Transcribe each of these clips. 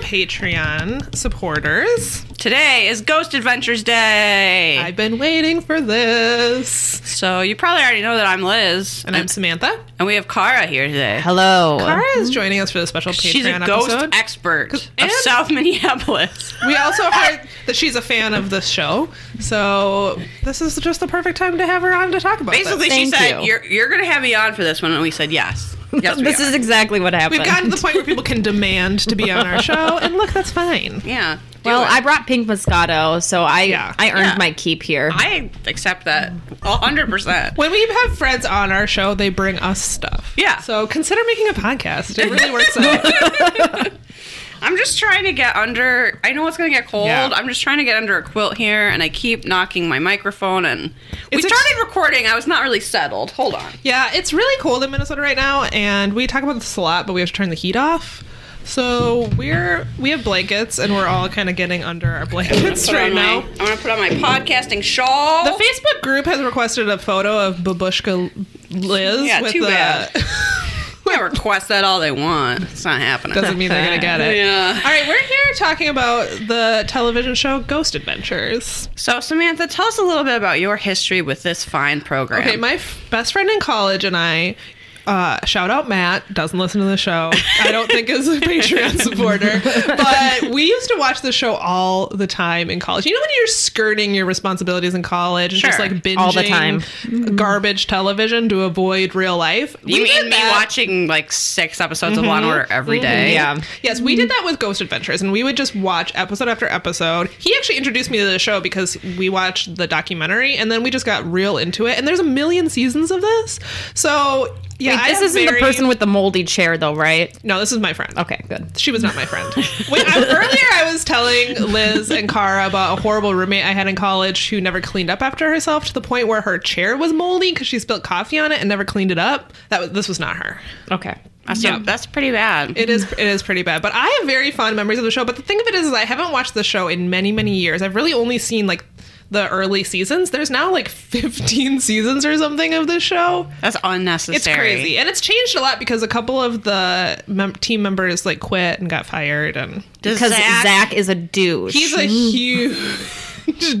Patreon supporters. Today is Ghost Adventures Day. I've been waiting for this. so you probably already know that I'm Liz. And I'm Samantha. and we have Kara here today. Hello. Cara is joining us for the special Patreon mm-hmm. She's a ghost episode. expert of and- South Minneapolis. we also heard that she's a fan of this show. So this is just the perfect time to have her on to talk about Basically, this. she Thank said, you. are you're going to have me on for this one. And we said, yes. Yes, we This are. is exactly what happened. We've gotten to the point where people can demand to be on our show, and look, that's fine. Yeah. do well, it. I brought pink Moscato, so I Yeah. I earned Yeah. my keep here. I accept that 100%. When we have friends on our show, they bring us stuff. Yeah. So consider making a podcast. It really works out. I'm just trying to get under. I know it's going to get cold. Yeah. I'm just trying to get under a quilt here, and I keep knocking my microphone. And we It's ex- started recording. I was not really settled. Hold on. Yeah, it's really cold in Minnesota right now, and we talk about this a lot, but we have to turn the heat off. So we're we have blankets, and we're all kind of getting under our blankets Put right on my- now. I'm going to put on my podcasting shawl. The Facebook group has requested a photo of Babushka Liz. Yeah, with too the, bad. They can request that all they want. It's not happening. Doesn't mean they're gonna get it. Yeah. All right, we're here talking about the television show Ghost Adventures. So, Samantha, tell us a little bit about your history with this fine program. Okay, my f- best friend in college and I. Uh, shout out Matt doesn't listen to the show. I don't think is a Patreon supporter, but we used to watch the show all the time in college. You know when you're skirting your responsibilities in college and just Sure. like binging All the time. garbage television to avoid real life. you We did mean me that- Mm-hmm. watching like six episodes of Law and Order every day? yeah. Yes, we did that with Ghost Adventures, and we would just watch episode after episode. He actually introduced me to the show because we watched the documentary, and then we just got real into it. And there's a million seasons of this, so yeah, Wait, I this have isn't very- the person with the moldy chair, though, right? No, this is my friend. Okay, good. She was not my friend. Wait, I, earlier I was telling Liz and Cara about a horrible roommate I had in college who never cleaned up after herself to the point where her chair was moldy because she spilled coffee on it and never cleaned it up. That was, this was not her. Okay. That's, Yeah. that's pretty bad. It is it is pretty bad, but I have very fond memories of the show. But the thing of it is, is I haven't watched the show in many many years. I've really only seen like the early seasons. There's now like 15 seasons or something of this show. that's unnecessary. It's crazy, and it's changed a lot because a couple of the mem- team members like quit and got fired, and Does Because Zach- Zach, is a douche. he's a huge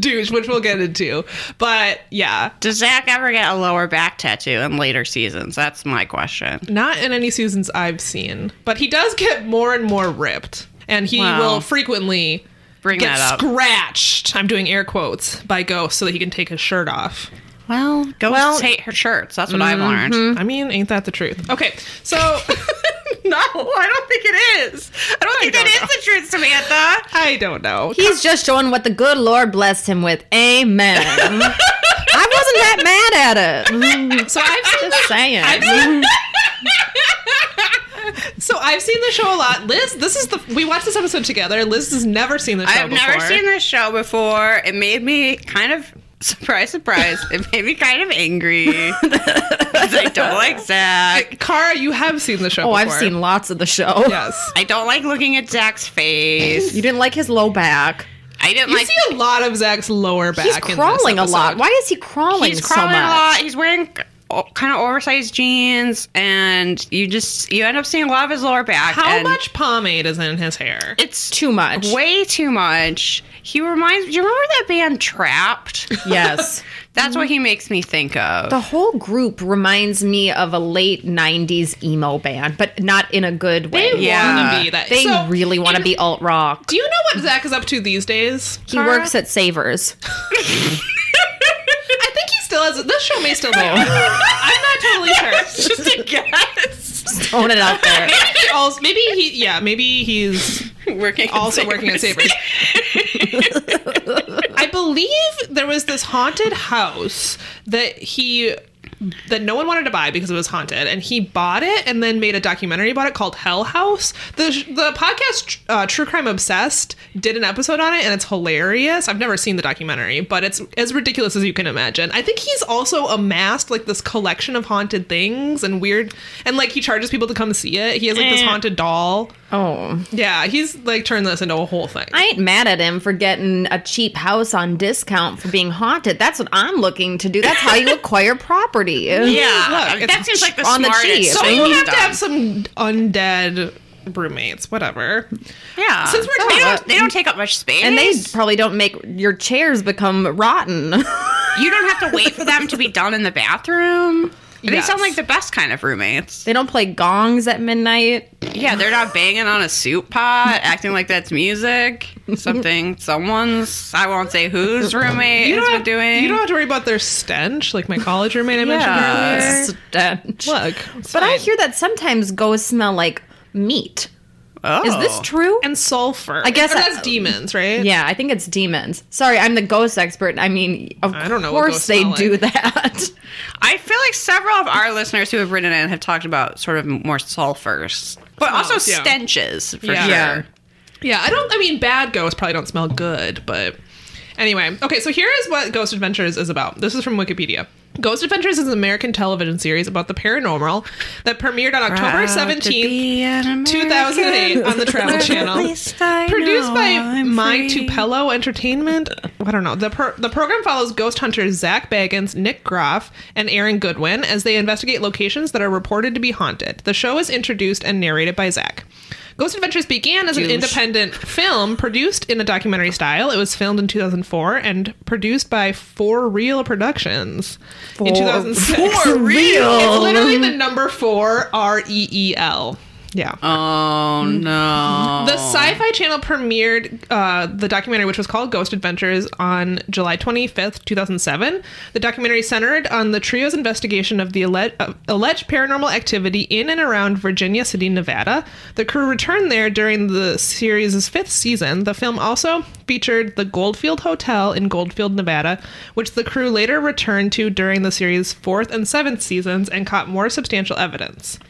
douche, which we'll get into. But yeah, Does Zach ever get a lower back tattoo in later seasons? That's my question. Not in any seasons I've seen, but he does get more and more ripped, and he Wow. will frequently Bring get that up. scratched. I'm doing air quotes by ghosts so that he can take his shirt off. Well, mm-hmm. ghosts hate her shirts. That's what I've learned. I mean, ain't that the truth? Okay, so No, I don't think it is. I don't think don't that is the truth, Samantha. I don't know. He's just showing what the good Lord blessed him with. Amen. I wasn't that mad at it. Mm, so I've seen Just saying. so I've seen the show a lot. Liz, this is the we watched this episode together. Liz has never seen the show. I've never before. seen this show before. It made me kind of surprise, surprise. it made me kind of angry. 'Cause I don't like Zach. Cara, you have seen the show. oh, I've before. seen lots of the show. Yes. I don't like looking at Zach's face. You didn't like his low back. I didn't You like. see a lot of Zach's lower back. He's in this crawling a lot. episode. Why is he crawling, he's crawling so a much? lot. He's wearing kind of oversized jeans, and you just you end up seeing a lot of his lower back. How and much pomade is in his hair? It's Too much. way too much. He reminds. Do you remember that band Trapped? Yes. That's what he makes me think of. The whole group reminds me of a late 90s emo band, but not in a good way. They Yeah. want to be that. They So, really want to be alt rock. Do you know what Zach is up to these days? He works at Savers. I think he still has. This show may still be. on. I'm not totally sure. just a guess. Throwing it out there. Maybe he also. Maybe he. Yeah. Maybe he's working at also Savers. working at Savers. I believe there was this haunted house that he. That no one wanted to buy because it was haunted, and he bought it and then made a documentary about it called Hell House. the The podcast uh, True Crime Obsessed did an episode on it, and it's hilarious. I've never seen the documentary, but it's as ridiculous as you can imagine. I think he's also amassed like this collection of haunted things and weird, and like he charges people to come see it. He has like this Eh. haunted doll. Oh. Yeah, he's like turned this into a whole thing. I ain't mad at him for getting a cheap house on discount for being haunted. That's what I'm looking to do. That's how you acquire property. Yeah, Look, that it's seems like the on the smartest. cheap. So Thing you have to have some undead roommates, whatever. Yeah. Since we're they talking- don't, they don't take up much space. And they probably don't make your chairs become rotten. you don't have to wait for them to be done in the bathroom. They Yes. sound like the best kind of roommates. they don't play gongs at midnight. Yeah, they're not banging on a soup pot, acting like that's music. Something someone's I won't say whose roommate You is don't, been have, doing. you don't have to worry about their stench, like my college roommate I Yeah. mentioned Stench. earlier. Look, uh, But I hear that sometimes ghosts smell like meat. oh. Is this true? and sulfur. I guess Or I- that's demons, right? Yeah, I think it's demons. Sorry, I'm the ghost expert. I mean, of I don't know what course ghosts they smell do like. that. I feel like several of our listeners who have written in have talked about sort of more sulfurs, but also Smells, yeah. stenches for Yeah. sure. Yeah. Yeah, I don't. I mean, bad ghosts probably don't smell good, but anyway. Okay, so here is what Ghost Adventures is about. This is from Wikipedia. Ghost Adventures is an American television series about the paranormal that premiered on October seventeenth, two thousand eight, on the Travel Channel. Produced by My Tupelo Entertainment. I don't know. The, pro- the program follows ghost hunters Zach Baggins, Nick Groff, and Aaron Goodwin as they investigate locations that are reported to be haunted. The show is introduced and narrated by Zach. Ghost Adventures began as an independent film produced in a documentary style. It was filmed in 2004 and produced by Four Real Productions in 2006. For It's real. literally the number four R E E L. Yeah. Oh no! The Sci-Fi Channel premiered uh, the documentary, which was called Ghost Adventures, on July 25th, 2007. The documentary centered on the trio's investigation of the alle- uh, alleged paranormal activity in and around Virginia City, Nevada. The crew returned there during the series' fifth season. The film also featured the Goldfield Hotel in Goldfield, Nevada, which the crew later returned to during the series' fourth and seventh seasons and caught more substantial evidence.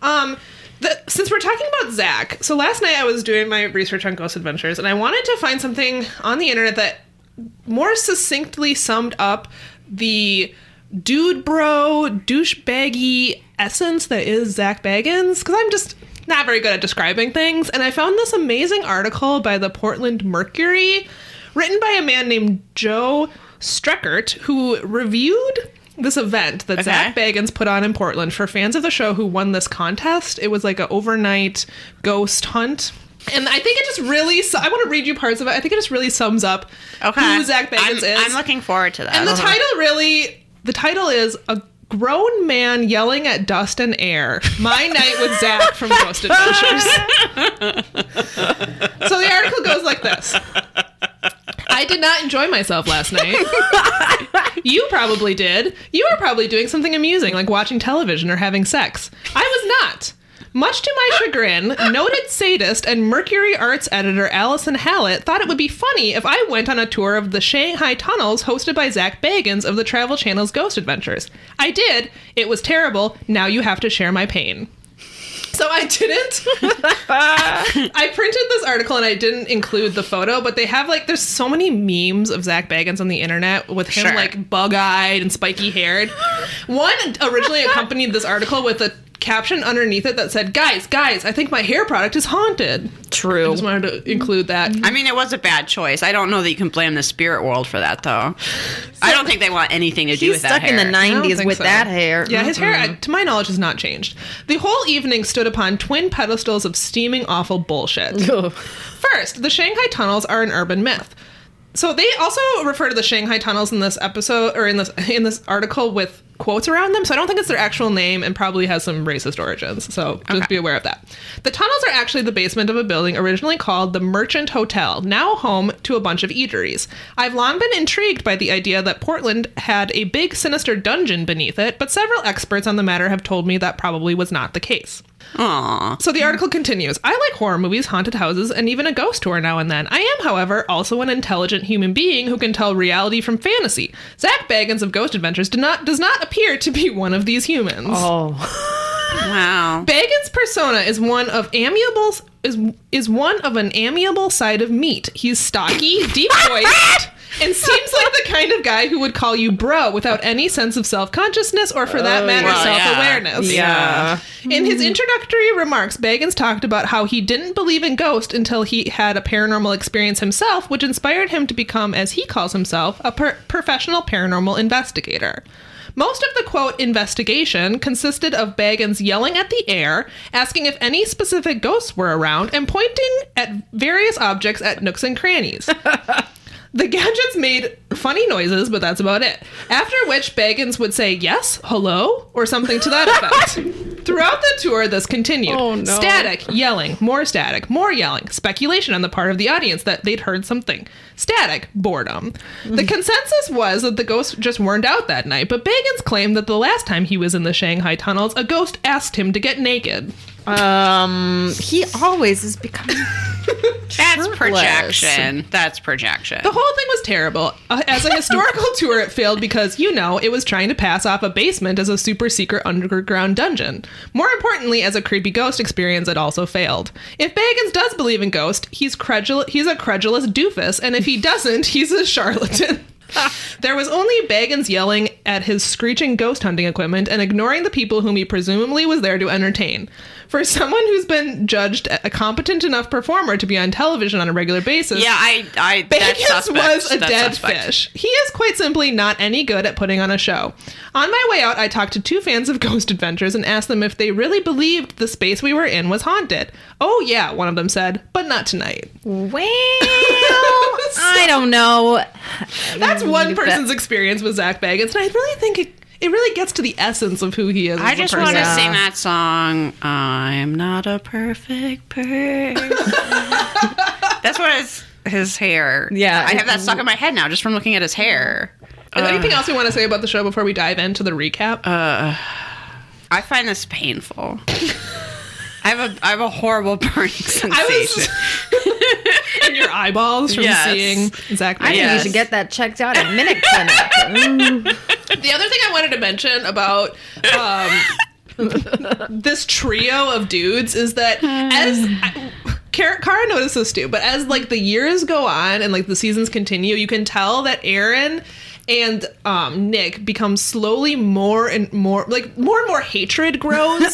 Um, the, since we're talking about Zach, so last night I was doing my research on Ghost Adventures, and I wanted to find something on the internet that more succinctly summed up the dude bro douchebaggy essence that is Zach Baggins because I'm just not very good at describing things and I found this amazing article by the Portland Mercury written by a man named Joe Streckert who reviewed this event that Zach Baggins put on in Portland for fans of the show who won this contest. It was like an overnight ghost hunt. And I think it just really, su- I want to read you parts of it. I think it just really sums up okay. who Zach I'm, Bagans is. I'm looking forward to that. and the title really, the title is a grown man yelling at dust and air. My night with Zach from Ghost Adventures. so the article goes like this. I did not enjoy myself last night. you probably did. You were probably doing something amusing, like watching television or having sex. I was not. Much to my chagrin, noted sadist and Mercury Arts editor Allison Hallett thought it would be funny if I went on a tour of the Shanghai tunnels hosted by Zach Bagans of the Travel Channel's Ghost Adventures. I did. It was terrible. Now you have to share my pain. So I didn't. I printed this article and I didn't include the photo, but they have like there's so many memes of Zach Baggins on the internet with him Sure. like bug-eyed and spiky-haired. One originally accompanied this article with a caption underneath it that said, "Guys, guys, I think my hair product is haunted." I True. just wanted to include that. I mean, it was a bad choice. I don't know that you can blame the spirit world for that, though. I don't think they want anything to do He's with that stuck in hair. the I don't 90s think with so. that hair. Yeah, his hair, I- to my knowledge, has not changed. The whole evening stood upon twin pedestals of steaming awful bullshit. First, the Shanghai tunnels are an urban myth. So they also refer to the Shanghai tunnels in this episode or in this in this article with quotes around them. So I don't think it's their actual name and probably has some racist origins. So just be aware of that. The tunnels are actually the basement of a building originally called the Merchant Hotel, now home to a bunch of eateries. I've long been intrigued by the idea that Portland had a big sinister dungeon beneath it, but several experts on the matter have told me that probably was not the case. Aw. So the article continues I like horror movies, haunted houses, and even a ghost tour now and then. I am, however, also an intelligent human being who can tell reality from fantasy. Zach Baggins of Ghost Adventures did not, does not appear to be one of these humans. Oh. Wow. Baggins' persona is one of amiable is is one of an amiable side of meat. He's stocky, deep voiced, and seems like the kind of guy who would call you bro without any sense of self consciousness or, for that matter, yeah. Well, yeah. self awareness. Yeah. In his introductory remarks, Baggins talked about how he didn't believe in ghosts until he had a paranormal experience himself, which inspired him to become, as he calls himself, a per- professional paranormal investigator. Most of the quote investigation consisted of Baggins yelling at the air, asking if any specific ghosts were around, and pointing at various objects at nooks and crannies. The gadgets made funny noises, but that's about it. After which, Baggins would say yes, hello, or something to that effect. Throughout the tour, this continued. Oh, no. Static, yelling, more static, more yelling, speculation on the part of the audience that they'd heard something. Static, boredom. Mm-hmm. The consensus was that the ghosts just weren't out that night, but Baggins claimed that the last time he was in the Shanghai tunnels, a ghost asked him to get naked. Um, he always is becoming. That's shirtless. projection. That's projection. The whole thing was terrible. Uh, As a historical tour, it failed because, you know, it was trying to pass off a basement as a super secret underground dungeon. More importantly, as a creepy ghost experience, it also failed. If Baggins does believe in ghosts, he's credul- he's a credulous doofus, and if he doesn't, he's a charlatan. there was only Baggins yelling at his screeching ghost hunting equipment and ignoring the people whom he presumably was there to entertain. For someone who's been judged a competent enough performer to be on television on a regular basis, yeah, I, I, that's Bacon's suspect. was a That's dead suspect. fish. He is quite simply not any good at putting on a show. On my way out, I talked to two fans of Ghost Adventures and asked them if they really believed the space we were in was haunted. Oh, yeah, one of them said, but not tonight. Well, I don't know. That's one person's experience with Zach Baggins, and I really think it, it really gets to the essence of who he is. I as a just want to person. sing that song. I'm not a perfect person. That's what his his hair. Yeah. I have that stuck in my head now, just from looking at his hair. Is uh, anything else we want to say about the show before we dive into the recap? I find this painful. I have a I have a horrible burning sensation. I was in your eyeballs from Yes. seeing Zach. I think Baggins. you should get that checked out at Minute Clinic. The other thing I wanted to mention about um, this trio of dudes is that as I, Kara, Kara noticed this too, but as like the years go on and like the seasons continue, you can tell that Aaron and um, Nick become slowly more and more like more and more hatred grows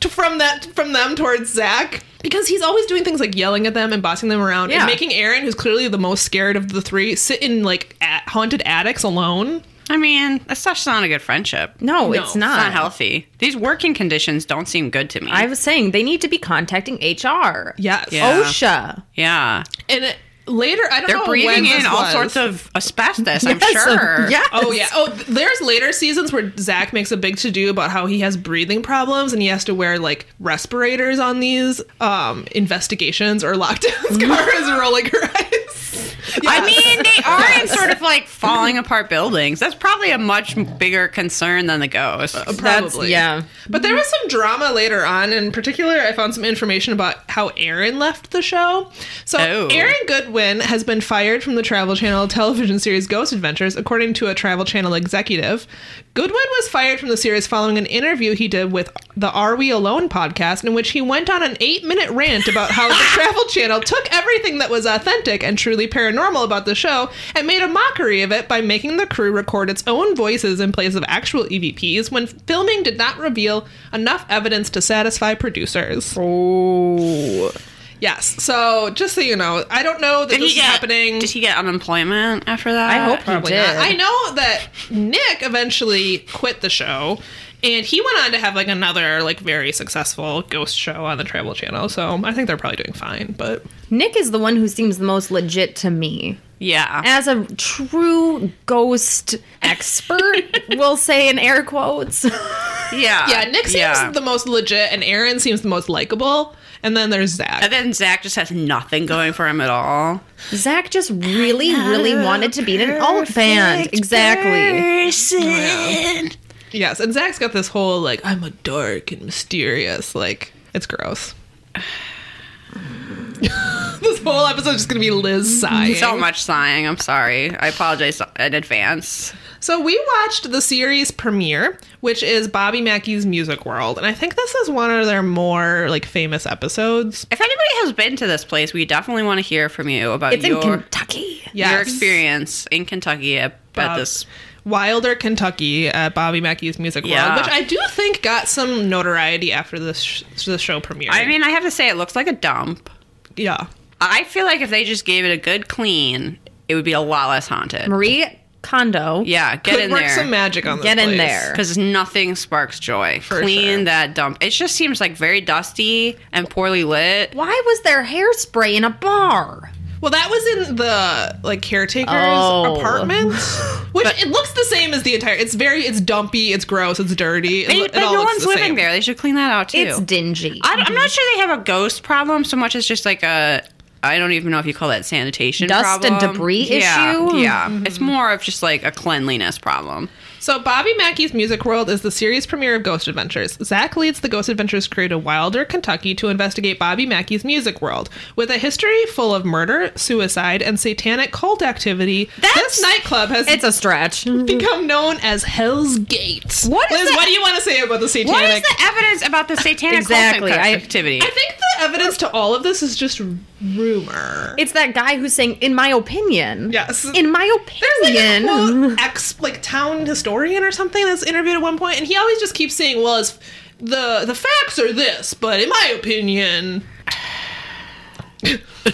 to, from that from them towards Zach. Because he's always doing things like yelling at them and bossing them around Yeah. and making Aaron, who's clearly the most scared of the three, sit in like at haunted attics alone. I mean, that's just not a good friendship. No, No, it's it's not. It's not healthy. These working conditions don't seem good to me. I was saying they need to be contacting HR. Yes. Oh, Yeah. OSHA. yeah. And it, later, I don't They're know. when breathing this in all was. sorts of asbestos, I'm Yes, uh, sure. yes. Oh yeah. Oh, th- there's later seasons where Zach makes a big to do about how he has breathing problems and he has to wear like respirators on these um, investigations or lockdowns. Mm. Kara's rolling her eyes. I mean, they are in sort of like falling apart buildings. That's probably a much bigger concern than the ghost. That's- Probably. yeah. But there was some drama later on. In particular, I found some information about how Aaron left the show. So, Oh. Aaron Goodwin has been fired from the Travel Channel television series Ghost Adventures, according to a Travel Channel executive. Goodwin was fired from the series following an interview he did with the Are We Alone podcast, in which he went on an eight minute rant about how the Travel Channel took everything that was authentic and truly paranormal about the show and made a mockery of it by making the crew record its own voices in place of actual EVPs when filming did not reveal enough evidence to satisfy producers. Oh. Yes. So just so you know, I don't know that Did this he is get happening. Did he get unemployment after that? I hope he Probably did. not. I know that Nick eventually quit the show, and he went on to have like another like very successful ghost show on the Travel Channel. So I think they're probably doing fine. But Nick is the one who seems the most legit to me. Yeah. As a true ghost expert, we'll say in air quotes. Yeah. yeah, Nick seems Uh, Yeah. the most legit, and Aaron seems the most likable. And then there's Zach. And then Zach just has nothing going for him at all. Zach just really, really wanted to be in an alt band. Exactly. Yes, and Zach's got this whole like I'm a dark and mysterious. Like it's gross. this whole episode's just gonna be Liz sighing. So much sighing. I'm sorry. I apologize in advance. So we watched the series premiere, which is Bobby Mackey's Music World, and I think this is one of their more like famous episodes. If anybody has been to this place, we definitely want to hear from you about It's your, in Kentucky. your Yes. experience in Kentucky at, at Bob- this. Wilder, Kentucky, at Bobby Mackey's Music Yeah. World, which I do think got some notoriety after this sh- the show premiere. I mean, I have to say, it looks like a dump. yeah, I feel like if they just gave it a good clean, it would be a lot less haunted. Marie condo. Yeah, get Could in work there. some magic on this Get in place. there. because nothing sparks joy. For Clean sure. that dump. It just seems like very dusty and poorly lit. Why was there hairspray in a bar? Well, that was in the like caretaker's Oh. apartment, which it looks the same as the entire. It's very, it's dumpy, it's gross, it's dirty. It, They- lo- it but all no looks one's the living same. there. They should clean that out too. It's dingy. I don't, I'm not sure they have a ghost problem so much as just like a. I don't even know if you call that sanitation Dust and problem. debris yeah, issue? Yeah, Mm-hmm. it's more of just like a cleanliness problem. So Bobby Mackey's Music World is the series premiere of Ghost Adventures. Zach leads the Ghost Adventures crew to Wilder, Kentucky to investigate Bobby Mackey's Music World. With a history full of murder, suicide, and satanic cult activity, That's- this nightclub has it's a stretch. become known as Hell's Gate. What is Liz, the- what do you want to say about the satanic? What is the evidence about the satanic Exactly, cult I- activity? I think the evidence to all of this is just rumor. It's that guy who's saying, in my opinion. Yes. In my There's like a opinion. quote ex like town historian or something that's interviewed at one point, and he always just keeps saying, "Well, it's, the the facts are this, but in my opinion."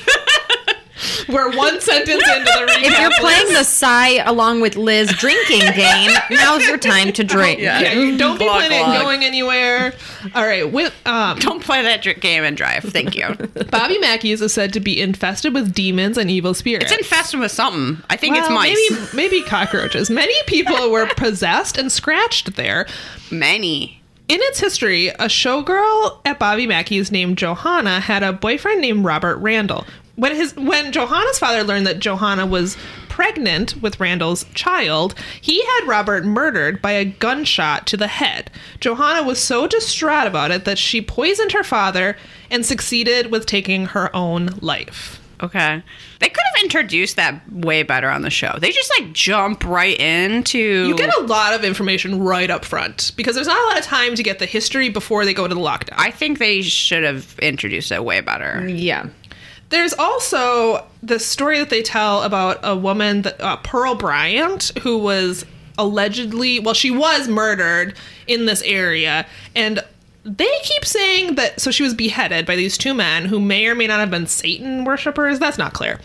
We're one sentence into the recap. if you're playing the sigh along with Liz drinking game, now's your time to drink. yeah, you don't be Glug, planning glug. going anywhere. All right, with um, don't play that dr- game and drive. Thank you. Bobby Mackey's is said to be infested with demons and evil spirits. it's infested with something. I think it's Well, mice. Maybe, maybe cockroaches. Many people were possessed and scratched there. Many. In its history, a showgirl at Bobby Mackey's named Johanna had a boyfriend named Robert Randall. When his when Johanna's father learned that Johanna was pregnant with Randall's child, he had Robert murdered by a gunshot to the head. Johanna was so distraught about it that she poisoned her father and succeeded with taking her own life. Okay. They could have introduced that way better on the show. They just like jump right into. You get a lot of information right up front because there's not a lot of time to get the history before they go to the lockdown. I think they should have introduced it way Mm. better. Yeah. There's also the story that they tell about a woman, that, uh, Pearl Bryant, who was allegedly, well, she was murdered in this area. And they keep saying that, so she was beheaded by these two men who may or may not have been Satan worshippers. That's not clear.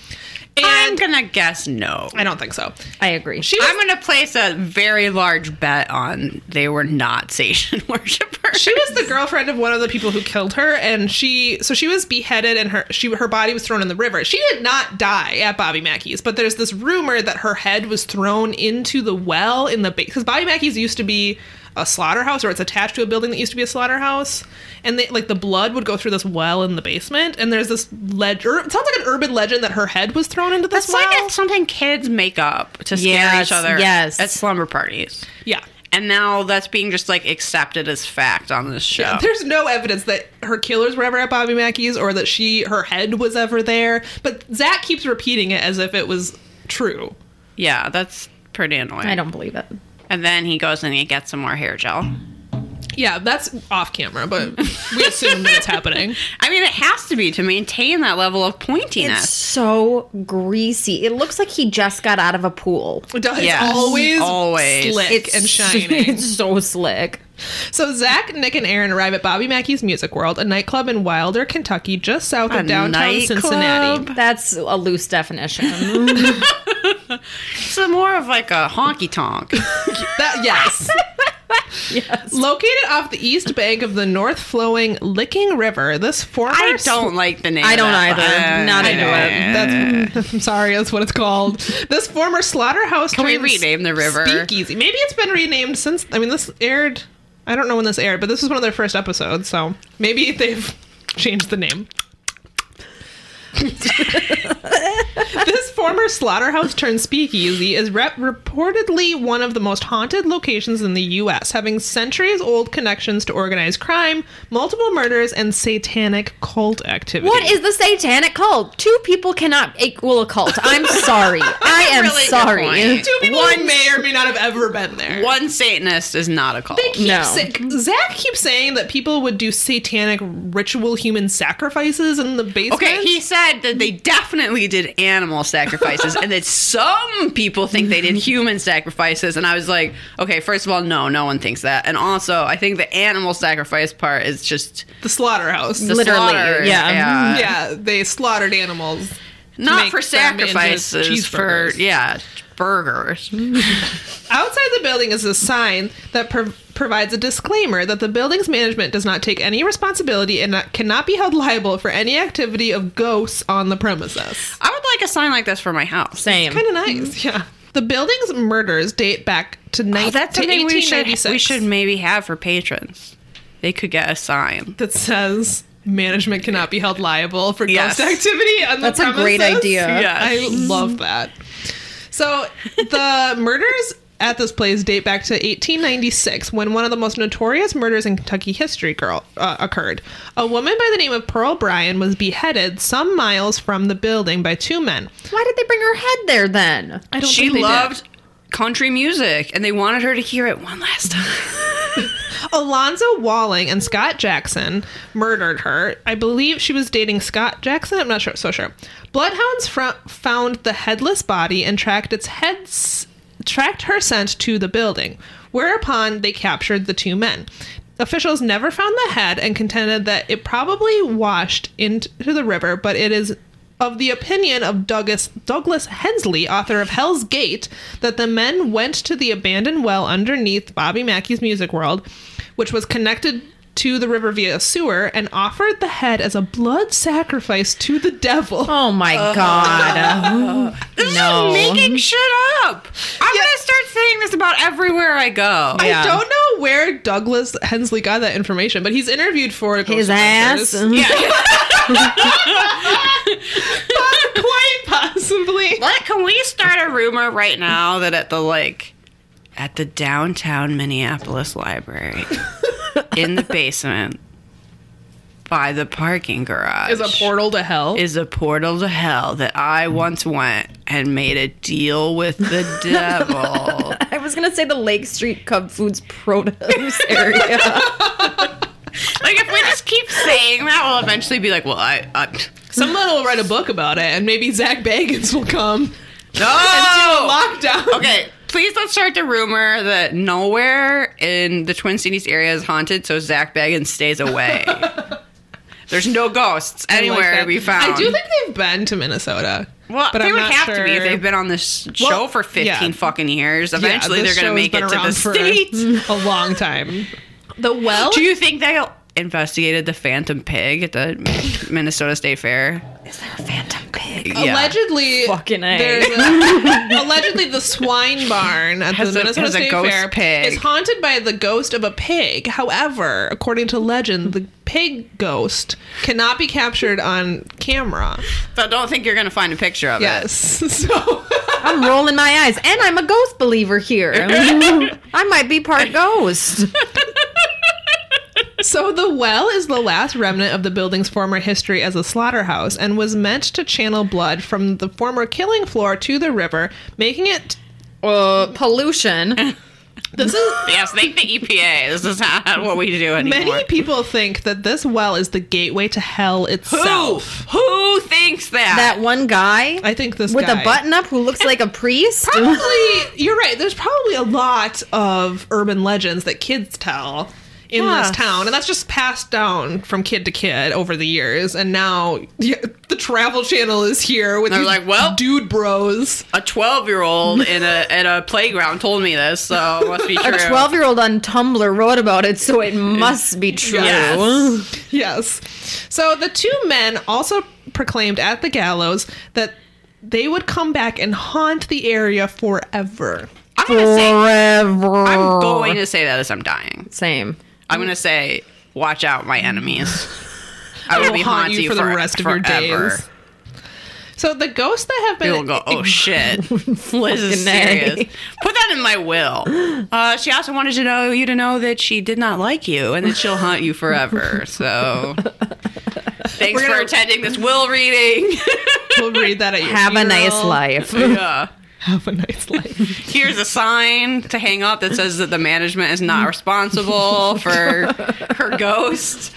I'm And gonna guess no. I don't think so. I agree. She was I'm gonna place a very large bet on they were not Satan worshippers. she was the girlfriend of one of the people who killed her and she so she was beheaded and her she her body was thrown in the river she did not die at bobby mackey's but there's this rumor that her head was thrown into the well in the because bobby mackey's used to be a slaughterhouse or it's attached to a building that used to be a slaughterhouse and they like the blood would go through this well in the basement and there's this leg ur- it sounds like an urban legend that her head was thrown into this It's well like it's something kids make up to scare Yes, each other yes. at slumber parties. yeah And now that's being just like accepted as fact on this show. There's no evidence that her killers were ever at Bobby Mackey's or that she her head was ever there. But Zach keeps repeating it as if it was true. yeah, that's pretty annoying. I don't believe it. And then he goes and he gets some more hair gel. Yeah, that's off camera, but we assume that it's happening. I mean, it has to be to maintain that level of pointiness. It's so greasy. It looks like he just got out of a pool. It does- It's Yes, always, always. slick It's and shiny. It's so slick. So Zach, Nick, and Aaron arrive at Bobby Mackey's Music World, a nightclub in Wilder, Kentucky, just south of A downtown nightclub? Cincinnati. That's a loose definition. It's more of like a honky tonk. That yes. yes. Located off the east bank of the north flowing Licking River, this former I don't like the name. I of don't that uh, either. place. Not into it. That's I'm sorry, that's what it's called. This former slaughterhouse. Can we turned rename the river? Speakeasy. Maybe it's been renamed since. I mean, this aired. I don't know when this aired, but this was one of their first episodes, so maybe they've changed the name. this former slaughterhouse turned speakeasy is rep- reportedly one of the most haunted locations in the U.S., having centuries old connections to organized crime, multiple murders, and satanic cult activity. What is the satanic cult? Two people cannot equal a cult. I'm sorry. I am Really good sorry. point. Two people One- who may or may not have ever been there. One Satanist is not a cult. Keep No. sa- Zach keeps saying that people would do satanic ritual human sacrifices in the basement. Okay, he said that they definitely did animal sacrifices and that some people think they did human sacrifices. And I was like, okay, first of all, no, no one thinks that. And also, I think the animal sacrifice part is just the slaughterhouse. the Literally, slaughter. yeah. yeah, they slaughtered animals. Not make for them into sacrifices, for cheeseburgers. yeah, burgers. Outside the building is a sign that pro- provides a disclaimer that the building's management does not take any responsibility and not- cannot be held liable for any activity of ghosts on the premises. I would like a sign like this for my house. Same. Kind of nice, yeah. The building's murders date back to, ni- Oh, that's to something we should 1896. we should maybe have for patrons. They could get a sign. that says management cannot be held liable for Yes. ghost activity on the That's a great premises. idea. Yes. I love that. So the murders at this place date back to 1896 when one of the most notorious murders in Kentucky history girl, uh, occurred. A woman by the name of Pearl Bryan was beheaded some miles from the building by two men. Why did they bring her head there then? I don't She think they did. loved country music and they wanted her to hear it one last time. Alonzo Walling and Scott Jackson murdered her. I believe she was dating Scott Jackson. I'm not sure, so sure. Bloodhounds fro- found the headless body and tracked its heads, tracked her scent to the building, whereupon they captured the two men. Officials never found the head and contended that it probably washed into the river, but it is of the opinion of Douglas, Douglas Hensley, author of Hell's Gate, that the men went to the abandoned well underneath Bobby Mackey's Music World, which was connected to the river via a sewer, and offered the head as a blood sacrifice to the devil. Oh my god. this No. is making shit up. I'm Yeah. gonna start saying this about everywhere I go. I Yeah. don't know where Douglas Hensley got that information, but he's interviewed for His Ghostbusters. ass. Quite possibly. Let can we start a rumor right now that at the like at the downtown Minneapolis library in the basement by the parking garage Is a portal to hell. is a portal to hell that I once went and made a deal with the devil. I was gonna say the Lake Street Cub Foods produce area. like if we just keep saying that, we'll eventually be like, well, I, I Someone will write a book about it, and maybe Zach Bagans will come. Oh! no. Lockdown. Okay, please let's start the rumor that nowhere in the Twin Cities area is haunted, so Zach Baggins stays away. There's no ghosts I like anywhere that. to be found. I do think they've been to Minnesota. Well, but they I'm would not have to be if sure. they've been on this show Well, for 15 yeah. fucking years. Eventually, Yeah, they're this going to show's make been it to the around for States. A long time. The well. Do you think they investigated the phantom pig at the Minnesota State Fair? Is there a phantom pig? Yeah. Allegedly, Fucking A. there's a- allegedly the swine barn at Has the a- Minnesota has a State ghost Fair pig. is haunted by the ghost of a pig. However, according to legend, the pig ghost cannot be captured on camera. So I don't think you're going to find a picture of Yes, so I'm rolling my eyes, and I'm a ghost believer here. I might be part ghost. So the well is the last remnant of the building's former history as a slaughterhouse and was meant to channel blood from the former killing floor to the river, making it Uh, pollution. this is it. Yes, thank the EPA. This is not what we do anymore. many people think that this well is the gateway to hell Who? itself. Who thinks that? That one guy I think this with guy, a button up who looks like a priest. Probably you're right. There's probably a lot of urban legends that kids tell in Yeah. this town, and that's just passed down from kid to kid over the years. And now yeah, the Travel Channel is here with They're these like, well- dude bros. a 12 year old in a at a playground told me this, so it must be true. A 12 year old on Tumblr wrote about it, so it must be true. Yes. Yes. So the two men also proclaimed at the gallows that they would come back and haunt the area forever. I'm gonna say Forever. I'm going to say that as I'm dying. Same. I'm gonna say, watch out, my enemies. I will They'll be haunt haunting you for the rest of your days. So the ghosts that have been People go, oh shit, Liz is Fucking A. serious. Put that in my will. Uh, she also wanted to know you to know that she did not like you and that she'll haunt you forever. So, thanks We're gonna- for attending this will reading. will read that at your Have a nice funeral. life. yeah. Have a nice life. here's a sign to hang up that says that the management is not responsible for her ghost.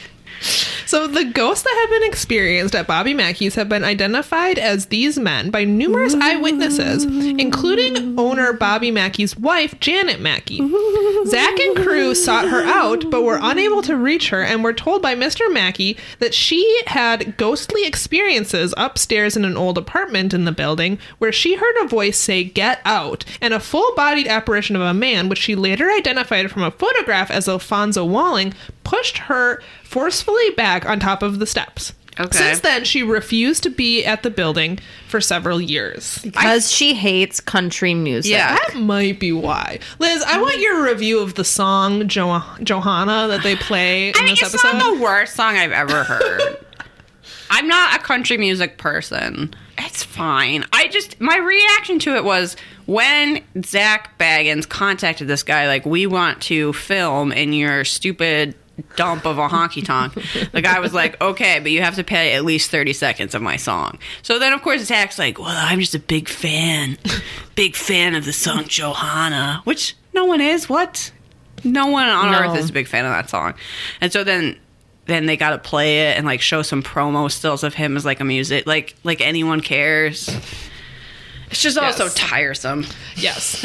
So the ghosts that have been experienced at Bobby Mackey's have been identified as these men by numerous eyewitnesses, including owner Bobby Mackey's wife, Janet Mackey. Zach and crew sought her out, but were unable to reach her and were told by Mr. Mackey that she had ghostly experiences upstairs in an old apartment in the building where she heard a voice say, Get out, and a full bodied apparition of a man, which she later identified from a photograph as Alfonso Walling, pushed her forcefully back on top of the steps. Okay. Since then, she refused to be at the building for several years. because she hates country music. Yeah. That might be why. Liz, I want your review of the song jo- Johanna that they play in I mean, this it's episode. not the worst song I've ever heard. I'm not a country music person. It's fine. I just my reaction to it was when Zach Baggins contacted this guy, like, we want to film in your stupid dump of a honky tonk. the guy was like, Okay, but you have to pay at least thirty seconds of my song. So then of course Zach's like, Well, I'm just a big fan. Big fan of the song Johanna which no one is, what? No one on No. earth is a big fan of that song. And so then then they gotta play it and like show some promo stills of him as like a music like like anyone cares. It's just all so Yes. tiresome. Yes.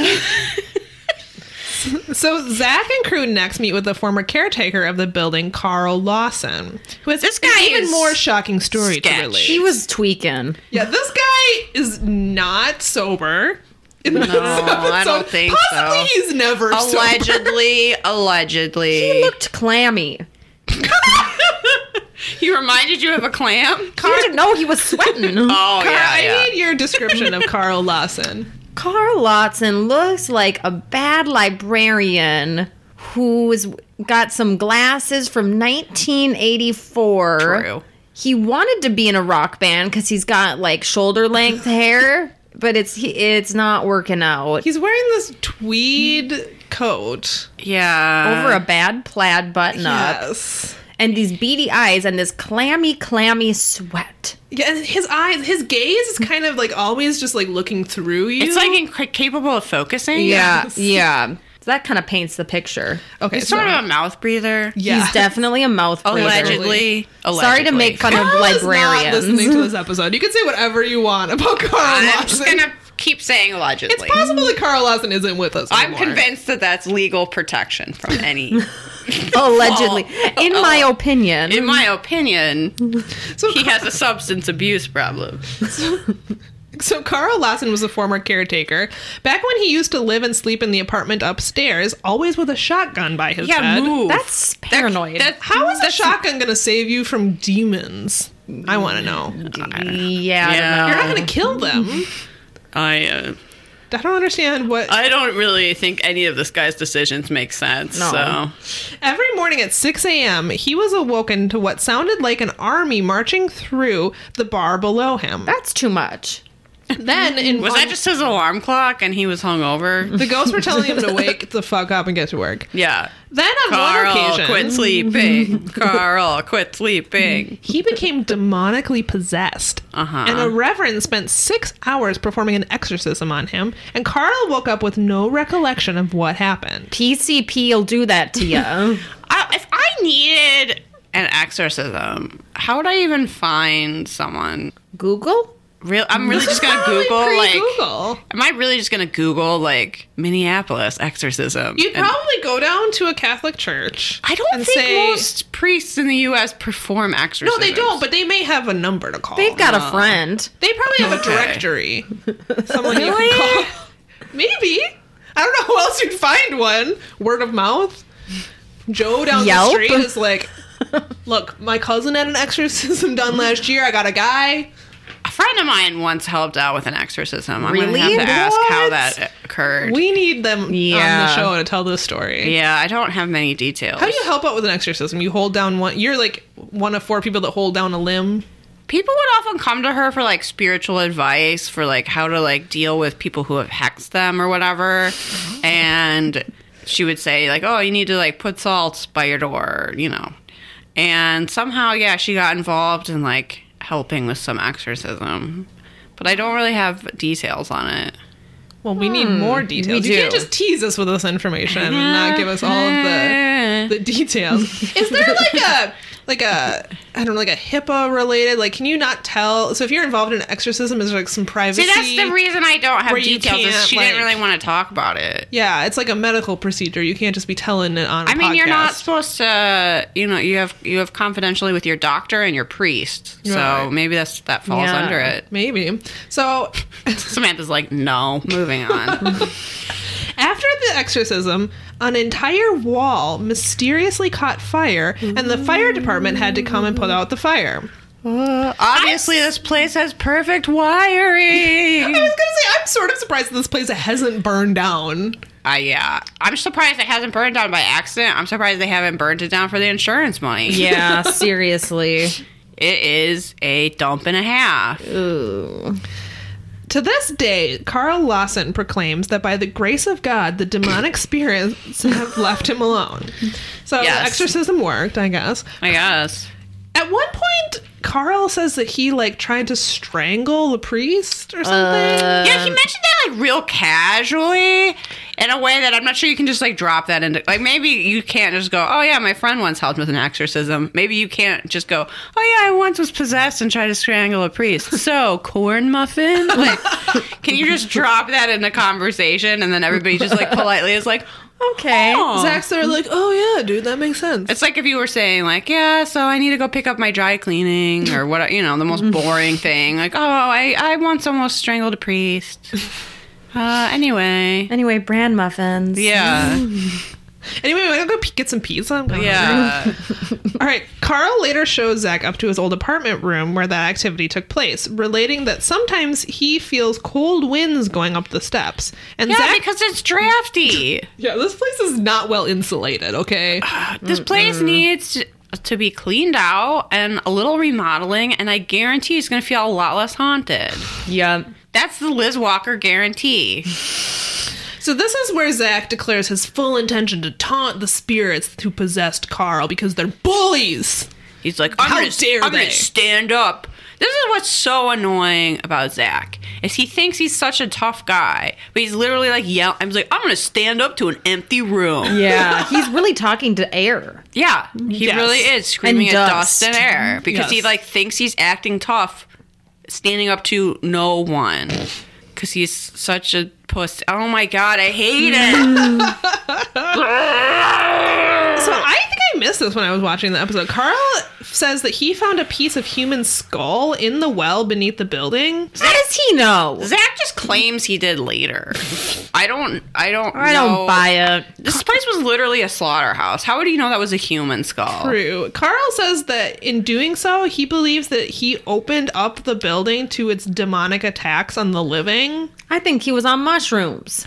so Zach and crew next meet with the former caretaker of the building, Carl Lawson, who has This guy an even is more shocking story sketch. to relate. She was tweaking. yeah, this guy is not sober. No, I don't think so. possibly he's never sober. Allegedly, allegedly. She looked clammy. he reminded you of a clam? Car- you didn't know he was sweating. Oh Carl, yeah, yeah. I need your description of Carl Lawson. Carl Lotson looks like a bad librarian who's got some glasses from 1984. True. He wanted to be in a rock band because he's got like shoulder length hair, but it's he, it's not working out. He's wearing this tweed coat. yeah. over a bad plaid button up Yes. and these beady eyes and this clammy, clammy sweat. Yeah, and his eyes, his gaze is kind of like always just like looking through you. It's like inc- capable of focusing. Yes. yeah. So that kind of paints the picture. okay, It's sort of a mouth breather. yeah. He's definitely a mouth breather. Allegedly. allegedly. Sorry to make fun of Carl is not librarians. listening to this episode. You can say whatever you want about Carl I'm just Lawson. gonna keep saying allegedly. It's possible that Carl Lawson isn't with us. I'm anymore. convinced that that's legal protection from any. Oh, Allegedly, in my opinion, in my opinion, So, he has a substance abuse problem. so Carl Lawson was a former caretaker. Back when he used to live and sleep in the apartment upstairs, always with a shotgun by his bed. that's paranoid. That- How is a shotgun going to save you from demons? I want to know. Mm, yeah, I don't know. You're not uh, going to kill them. I uh, I don't understand what. I don't really think any of this guy's decisions make sense. No. So Every morning at 6 a.m., he was awoken to what sounded like an army marching through the bar below him. that's too much. Then, in was Um, that just his alarm clock and he was hungover? the ghosts were telling him to wake the fuck up and get to work. yeah. Then, on one Carl, occasion, quit sleeping. Carl, quit sleeping. he became demonically possessed, Uh-huh. and a reverend spent six hours performing an exorcism on him. And Carl woke up with no recollection of what happened. PCP will do that to you. I, if I needed an exorcism, how would I even find someone? Google. Real, I'm really just gonna Google like. Google. Am I really just gonna Google like Minneapolis exorcism? You'd And- probably go down to a Catholic church. I don't and think say- most priests in the U.S. perform No, exorcisms. they don't. But they may have a number to call. They've got a friend. They probably have a Okay. directory. Someone you Really? can call. Maybe. I don't know who else you'd find one. Word of mouth. Joe down Yelp? the street is like, look, my cousin had an exorcism done last year. I got a guy. a friend of mine once helped out with an exorcism. I'm Really? gonna have to ask how What? that occurred. We need them on the Yeah. show to tell this story. yeah, I don't have many details. How do you help out with an exorcism? You hold down one. You're like one of four people that hold down a limb. People would often come to her for like spiritual advice for like how to like deal with people who have hexed them or whatever, and she would say like, "Oh, you need to like put salt by your door," you know. And somehow, yeah, she got involved in like helping with some exorcism, but I don't really have details on it. Well, Hmm. we need more details. You do. can't just tease us with this information and not give us all of the Eh. the details. Is there like a like a I don't know like a HIPAA related like can you not tell? So if you're involved in an exorcism, is there like some privacy? See, that's the reason I don't have where you details. Is can't, she didn't like- really want to talk about it. Yeah, it's like a medical procedure. You can't just be telling it on. I I mean, you're not supposed to. You know, you have you have confidentially with your doctor and your priest. So Right. maybe that's that falls Yeah. under it. Maybe. So Samantha's like, no, moving on. after the exorcism, an entire wall mysteriously caught fire, and the fire department had to come and put out the fire. obviously, this place has perfect wiring. I was gonna say I'm sort of surprised that this place hasn't burned down. Uh, yeah, I'm surprised it hasn't burned down by accident. I'm surprised they haven't burned it down for the insurance money. Yeah, seriously. it is a dump and a half. Ooh. To this day, Carl Lawson proclaims that by the grace of God, the demonic spirits have left him alone. So Yes. the exorcism worked, I guess. I guess. At one point, Carl says that he like tried to strangle the priest or something. Yeah, he mentioned that like real casually in a way that I'm not sure you can just like drop that into like maybe you can't just go, Oh yeah, my friend once helped with an exorcism. Maybe you can't just go, Oh yeah, I once was possessed and tried to strangle a priest. So corn muffin? Like can you just drop that into conversation and then everybody just like politely is like, Okay. Zach's there like, oh yeah, dude, that makes sense. It's like if you were saying like, yeah, so I need to go pick up my dry cleaning or what, you know, the most boring thing. Like, oh, I, I once almost strangled a priest. Uh, anyway, Anyway, brand muffins. yeah, Anyway, I'm gonna go p- get some pizza. I'm going yeah. All right. Carl later shows Zach up to his old apartment room where that activity took place, relating that sometimes he feels cold winds going up the steps. And Yeah, Zach, because it's drafty. yeah, this place is not well insulated. Okay. This place needs to- to be cleaned out and a little remodeling, and I guarantee it's going to feel a lot less haunted. Yeah. That's the Liz Walker guarantee. So this is where Zach declares his full intention to taunt the spirits who possessed Carl because they're bullies. He's like, I'm How gonna, dare I'm they." gonna stand up. This is what's so annoying about Zach is he thinks he's such a tough guy, but he's literally like yell. I'm like, I'm gonna stand up to an empty room. Yeah. He's really talking to air. Yeah, he Yes. really is screaming And at dust. dust and air because he Yes. like thinks he's acting tough, standing up to no one because he's such a puss. Oh my god, I hate it. So I think I missed this when I was watching the episode. Carl says that he found a piece of human skull in the well beneath the building. How does he know? Zach just claims he did later. I don't. I don't. I don't know. buy it. This place was literally a slaughterhouse. How would you know that was a human skull? True. Carl says that in doing so, he believes that he opened up the building to its demonic attacks on the living. I think he was on mushrooms.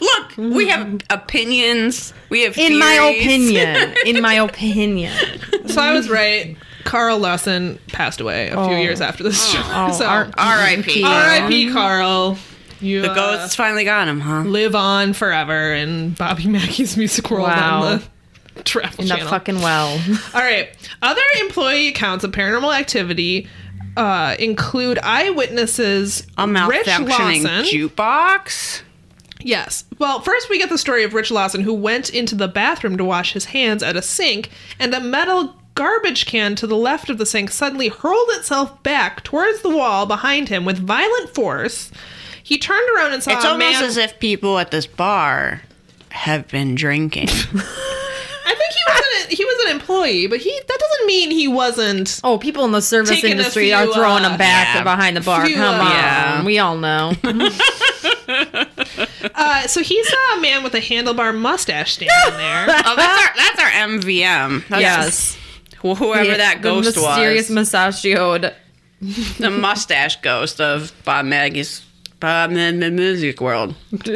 Look, we have opinions. We have In my theories. opinion. In my opinion. So I was right. Carl Lawson passed away a few Oh. years after this show. so R- R.I.P. R.I.P. Carl. You uh, The ghosts finally got him, huh? live on forever in Bobby Mackey's music world Wow. on the travel In the channel. fucking well. All right. Other employee accounts of paranormal activity uh, include eyewitnesses A Rich malfunctioning Lawson. jukebox. Yes. Well, first we get the story of Rich Lawson, who went into the bathroom to wash his hands at a sink, and a metal garbage can to the left of the sink suddenly hurled itself back towards the wall behind him with violent force. He turned around and saw It's Uh, a almost man. as if people at this bar have been drinking. I think he was an he was an employee, but he that doesn't mean he wasn't. Oh, people in the service Taking a industry few, are throwing uh, them back yeah, behind the bar. few, Come uh, on. Yeah. We all know. Uh, so he saw a man with a handlebar mustache standing there. oh, that's our that's our MVM. That's yes. just whoever that ghost the mysterious was, mustachioed. the mustache ghost of Bob Maggie's Bob Maggie's music world.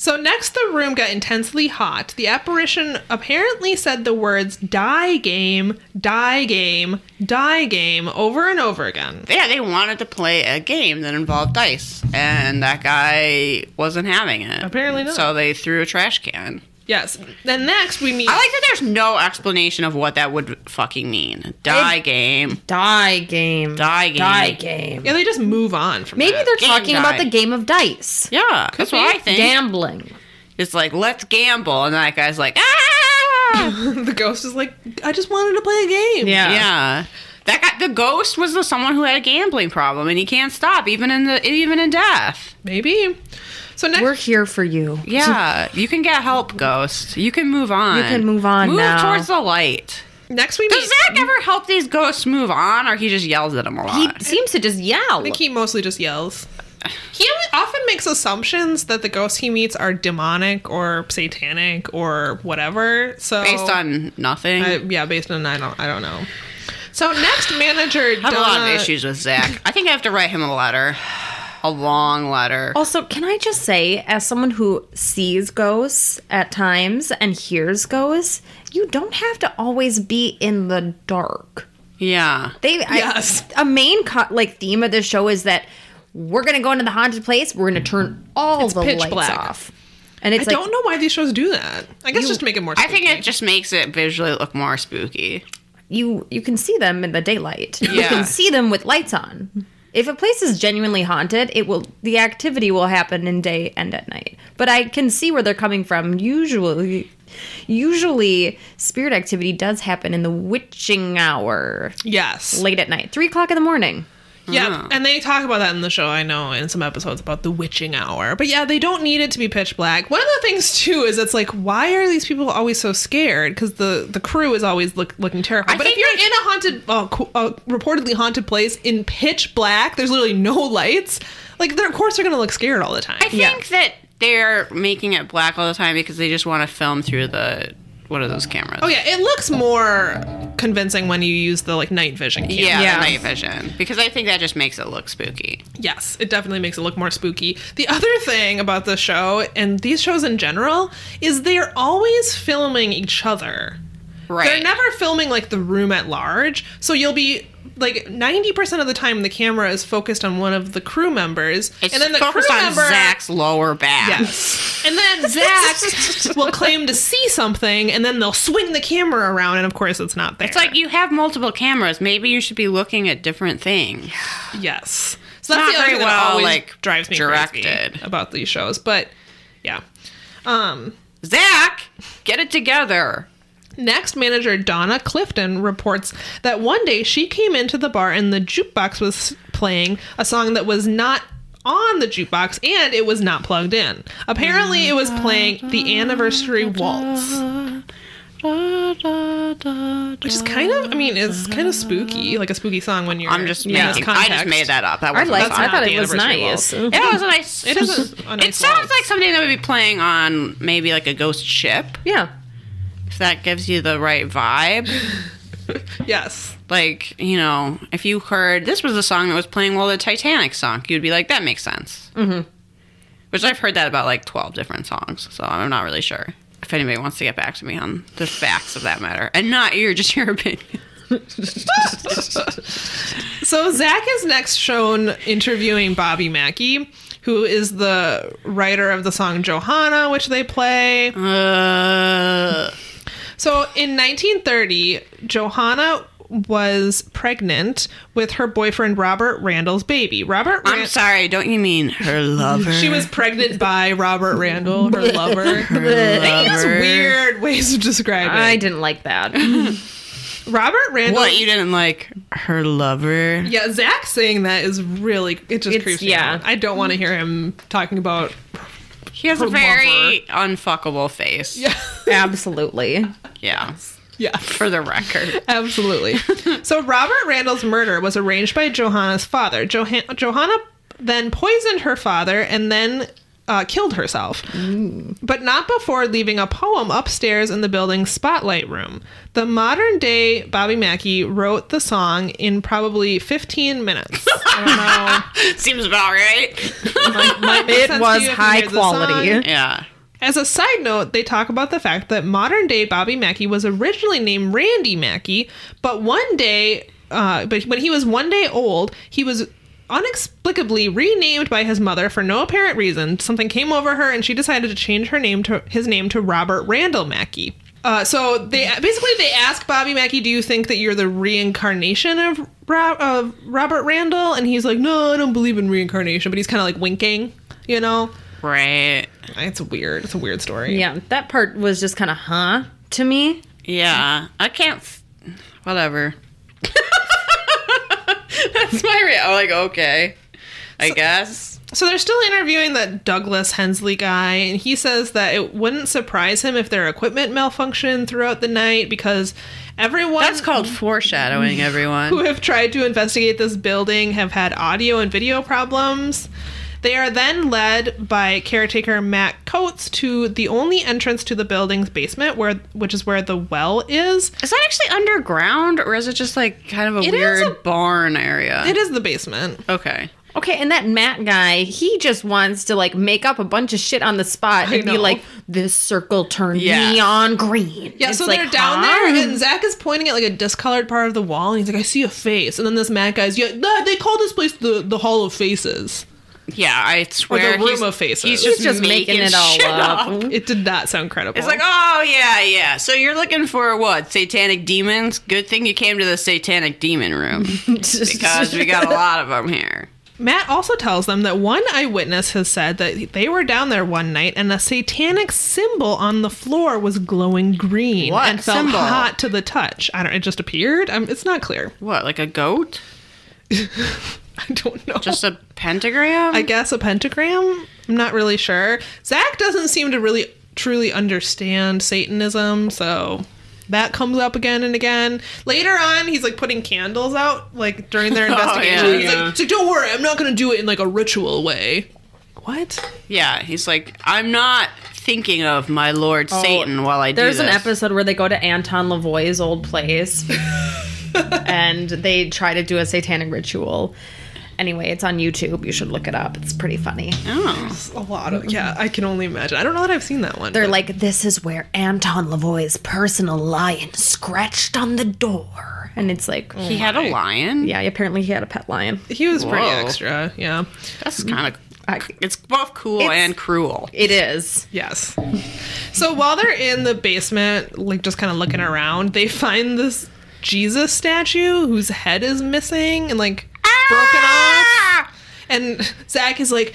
So next, the room got intensely hot. The apparition apparently said the words "die game, die game, die game" over and over again. yeah, they wanted to play a game that involved dice, and that guy wasn't having it. Apparently not. So they threw a trash can. Yes. Then next, we meet. I like that there's no explanation of what that would fucking mean. Die game. Die game. Die game. Die game. yeah, they just move on from. Maybe that. they're Game talking die. about the game of dice. Yeah, that's what I think. Gambling. is like, let's gamble. And that guy's like, ah! the ghost is like, I just wanted to play a game. Yeah. yeah. That guy, the ghost was the, someone who had a gambling problem and he can't stop, even in the even in death. Maybe. So next We're here for you. Yeah, you can get help, ghost. You can move on. You can move on Move now. towards the light. next we meet Does Zach ever help these ghosts move on, or he just yells at them a He lot? seems to just yell. I think he mostly just yells. He always- often makes assumptions that the ghosts he meets are demonic or satanic or whatever. So Based on nothing. I- I yeah, based on I don't I don't know. So next manager have a lot Donna- of issues with Zach. I think I have to write him a letter, a long letter. Also, can I just say, as someone who sees ghosts at times and hears ghosts, you don't have to always be in the dark. Yeah. They Yes. I, a main co- like theme of this show is that we're gonna go into the haunted place. We're gonna turn all the pitch lights black. off, and it's I like don't know why these shows do that. I guess just to make it more. I think spooky. it just makes it visually look more spooky. you you can see them in the daylight. You Yeah. can see them with lights on. If a place is genuinely haunted, it will the activity will happen in day and at night. But I can see where they're coming from. Usually usually spirit activity does happen in the witching hour yes, late at night. Three o'clock in the morning. yeah, and they talk about that in the show. I know in some episodes about the witching hour, but yeah, they don't need it to be pitch black. One of the things too is it's like, why are these people always so scared? Because the the crew is always look, looking terrified. I but if think you're they- in a haunted, uh, qu- uh, reportedly haunted place in pitch black, there's literally no lights. Like, they're, of course they're gonna look scared all the time. I think that they're making it black all the time because they just want to film through the what are those cameras? Oh yeah, it looks more convincing when you use the like night vision. Camera. Yeah, Yeah. the night vision. Because I think that just makes it look spooky. Yes, it definitely makes it look more spooky. The other thing about the show and these shows in general is they are always filming each other. Right. They're never filming like the room at large. So you'll be like 90% of the time the camera is focused on one of the crew members it's and then the focused crew on member Zach's lower back. Yes. And then Zach will claim to see something and then they'll swing the camera around and of course it's not there. It's like you have multiple cameras. Maybe you should be looking at different things. Yes. So Not that's the other very thing that well, always like, drives me directed. crazy about these shows. But yeah. Um, Zach, get it together. next manager Donna Clifton reports that one day she came into the bar and the jukebox was playing a song that was not on the jukebox and it was not plugged in. Apparently it was playing the anniversary waltz. Which is kind of I mean, it's kind of spooky, like a spooky song when you're I'm just in this making. I just context. made that up. That I wasn't like. my I thought. thought the it was anniversary waltz. nice. It was a nice. It is a- a it nice sounds waltz. like something that would be playing on maybe like a ghost ship. Yeah. If that gives you the right vibe. Yes. like you know if you heard this was the song that was playing while the titanic sunk you'd be like that makes sense mm-hmm. which i've heard that about like 12 different songs so i'm not really sure if anybody wants to get back to me on the facts of that matter and not your just your opinion So Zach is next shown interviewing Bobby Mackey, who is the writer of the song Johanna, which they play. uh, So in 1930, Johanna was pregnant with her boyfriend Robert Randall's baby. Robert i'm Randall. sorry don't you mean her lover She was pregnant by Robert Randall, her lover. He has Lover. weird ways of describing. I didn't like that. Robert Randall. what you didn't like her lover Yeah, Zach saying that is really it just It's- creeps me yeah. out. I don't want to hear him talking about. he has a Her very unfuckable face yeah, Absolutely. yeah. for the record Absolutely. so Robert Randall's murder was arranged by Johanna's father. Johan- Johanna then poisoned her father and then uh, killed herself, but not before leaving a poem upstairs in the building's spotlight room. The modern day Bobby Mackey wrote the song in probably 15 minutes. I seems about right don't know. Might- might make sense It to you was if you high hear the song. quality. yeah As a side note, they talk about the fact that modern day Bobby Mackey was originally named Randy Mackey, but one day, uh, but when he was one day old, he was inexplicably renamed by his mother for no apparent reason. Something came over her, and she decided to change her name to his name to Robert Randall Mackey. Uh, so they basically they ask Bobby Mackey, "Do you think that you're the reincarnation of Ro- of Robert Randall?" And he's like, "No, I don't believe in reincarnation," but he's kind of like winking, you know. Right. It's weird. It's a weird story. Yeah, that part was just kind of huh to me. Yeah. I can't. F- whatever. That's my rea- I'm like, okay. I guess. So they're still interviewing that Douglas Hensley guy, and he says that it wouldn't surprise him if their equipment malfunctioned throughout the night because everyone That's called foreshadowing, who everyone. have tried to investigate this building have had audio and video problems. They are then led by caretaker Matt Coates to the only entrance to the building's basement, where which is where the well is. Is that actually underground or is it just like kind of a It is weird a- barn area? It is the basement. Okay. Okay, and that Matt guy, he just wants to like make up a bunch of shit on the spot and be know. like, this circle turned Yeah. neon green. Yeah, It's so like, they're down huh? there, and Zach is pointing at like a discolored part of the wall, and he's like, "I see a face." And then this Matt guy's, "Yeah, nah, they call this place the the Hall of Faces." Yeah, I swear. room he's, of faces. He's He's just, just making, making it all shit up. up. It did not sound credible. It's like, oh yeah, yeah. So you're looking for what? Satanic demons? Good thing you came to the satanic demon room because we got a lot of them here. Matt also tells them that one eyewitness has said that they were down there one night and a satanic symbol on the floor was glowing green What and felt symbol? hot to the touch. I don't. It just appeared. Um, it's not clear. What, like a goat? I don't know. Just a pentagram? I guess a pentagram. I'm not really sure. Zach doesn't seem to really truly understand Satanism, so that comes up again and again. Later on, he's like putting candles out, like during their investigation. yeah. he's, like, he's like, don't worry, I'm not going to do it in like a ritual way. What? yeah, he's like, I'm not thinking of my lord Satan while I do Oh, There's an this." episode where they go to Anton Lavoie's old place and they try to do a satanic ritual. Anyway, it's on YouTube. You should look it up. It's pretty funny. Oh. A lot of yeah, I can only imagine. I don't know that I've seen that one. They're but- like, this is where Anton Lavoie's personal lion scratched on the door. And it's like, He had a lion? yeah, apparently he had a pet lion. he was pretty Whoa. extra. Yeah. That's kind of. I- It's both cool It's- and cruel. It is. Yes. So while they're in the basement, like just kind of looking around, they find this Jesus statue whose head is missing and like broken off. Ah! And Zach is like,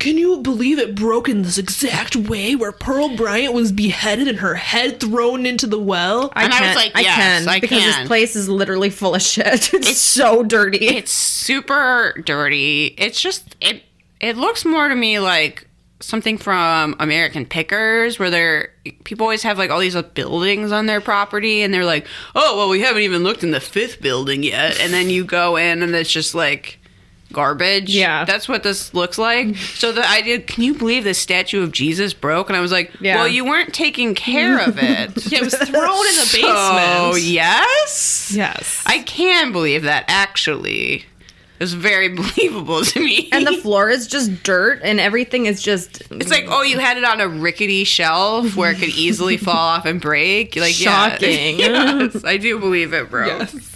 Can you believe it broke in this exact way where Pearl Bryant was beheaded and her head thrown into the well? I And I was can't. like, I yes, can. I because can. this place is literally full of shit. It's, so dirty. it's super dirty. It's just it it looks more to me like something from American Pickers where they're people always have like all these uh, buildings on their property and they're like, "Oh, well we haven't even looked in the fifth building yet." And then you go in and it's just like garbage. Yeah. That's what this looks like. So the idea, can you believe the statue of Jesus broke? And I was like, Yeah. "Well, you weren't taking care of it." Yeah, it was thrown in the basement. Oh, yes. Yes. I can believe that actually. It was very believable to me. and the floor is just dirt and everything is just it's like, oh, you had it on a rickety shelf where it could easily fall off and break. Like, yeah. Shocking. yes, I do believe it, bro. Yes.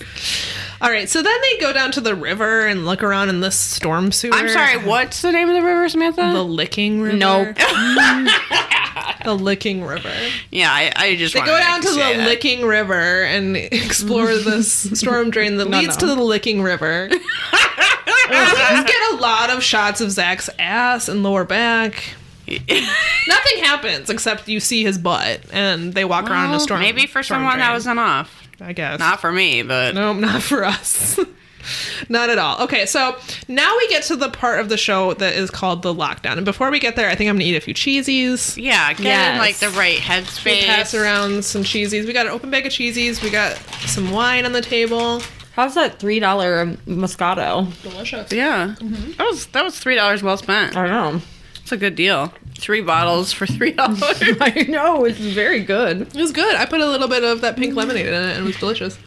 All right, so then they go down to the river and look around in this storm sewer. I'm sorry. What's the name of the river, Samantha? The Licking River. Nope. the Licking River. yeah, I, I just They go down to the lick. Licking River and explore this storm drain that leads no. to the Licking River. we just get a lot of shots of Zach's ass and lower back. Nothing happens except you see his butt, and they walk around in a storm. Maybe for storm someone that drain, was enough. I guess, Not for me, but Nope, not for us. not at all. Okay, so now we get to the part of the show that is called the lockdown. And before we get there, I think I'm gonna eat a few cheesies. yeah, get in Yes. like the right headspace. Pass around some cheesies. We got an open bag of cheesies. We got some wine on the table. how's that three dollar moscato Delicious. Yeah, Mm-hmm. that was that was three dollars well spent. i don't know It's a good deal. Three bottles for three dollars. i know it's very good It was good. I put a little bit of that pink lemonade in it, and it was delicious.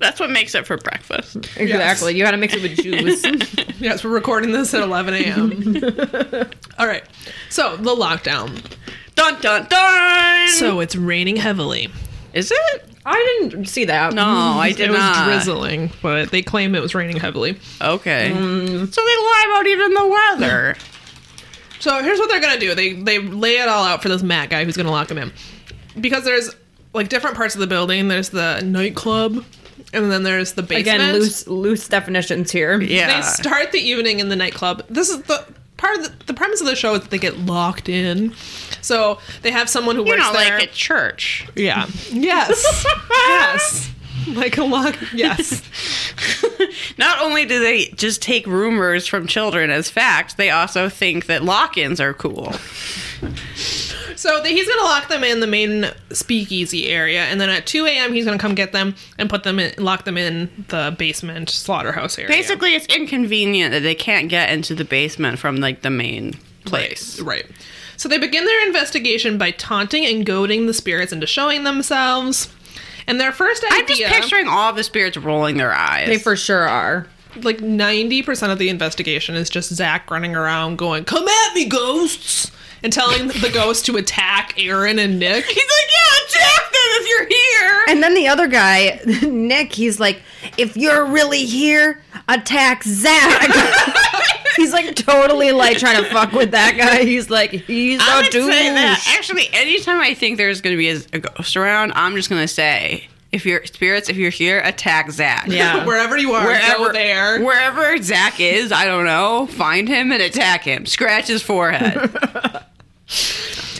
That's what makes it for breakfast. exactly you gotta mix it with juice yes, we're recording this at 11 a.m. all right. So the lockdown. Dun dun dun. So it's raining heavily. is it? i didn't see that No, Oh, I did It was not. drizzling, but they claim it was raining heavily. Okay. Mm. So they lie about even the weather. So here's what they're gonna do. They they lay it all out for this Matt guy who's gonna lock him in, because there's like different parts of the building. There's the nightclub, and then there's the basement. again loose loose definitions here yeah. They start the evening in the nightclub. This is the part of the, the premise premise of the show is that they get locked in. So they have someone who You works know, there. like at church. yeah. Yes. yes. Like a lock. Yes. Not only do they just take rumors from children as fact, they also think that lock-ins are cool. So the, he's gonna lock them in the main speakeasy area, and then at 2 a.m. he's gonna come get them and put them in, lock them in the basement slaughterhouse area. Basically, it's inconvenient that they can't get into the basement from like the main place. Right. So they begin their investigation by taunting and goading the spirits into showing themselves. And their first idea, I'm just picturing all the spirits rolling their eyes. They for sure are. like 90% of the investigation is just Zach running around going, Come at me, ghosts! And telling the ghosts to attack Aaron and Nick. He's like, yeah, attack them if you're here. And then the other guy, Nick, he's like, if you're really here, attack Zach. he's like totally like trying to fuck with that guy. He's like, he's I a would say that douche. actually, anytime I think there's going to be a, a ghost around, I'm just going to say, if you're spirits, if you're here, attack Zach. Yeah. Wherever you are, Wherever, go there. wherever Zach is, I don't know. Find him and attack him. Scratch his forehead.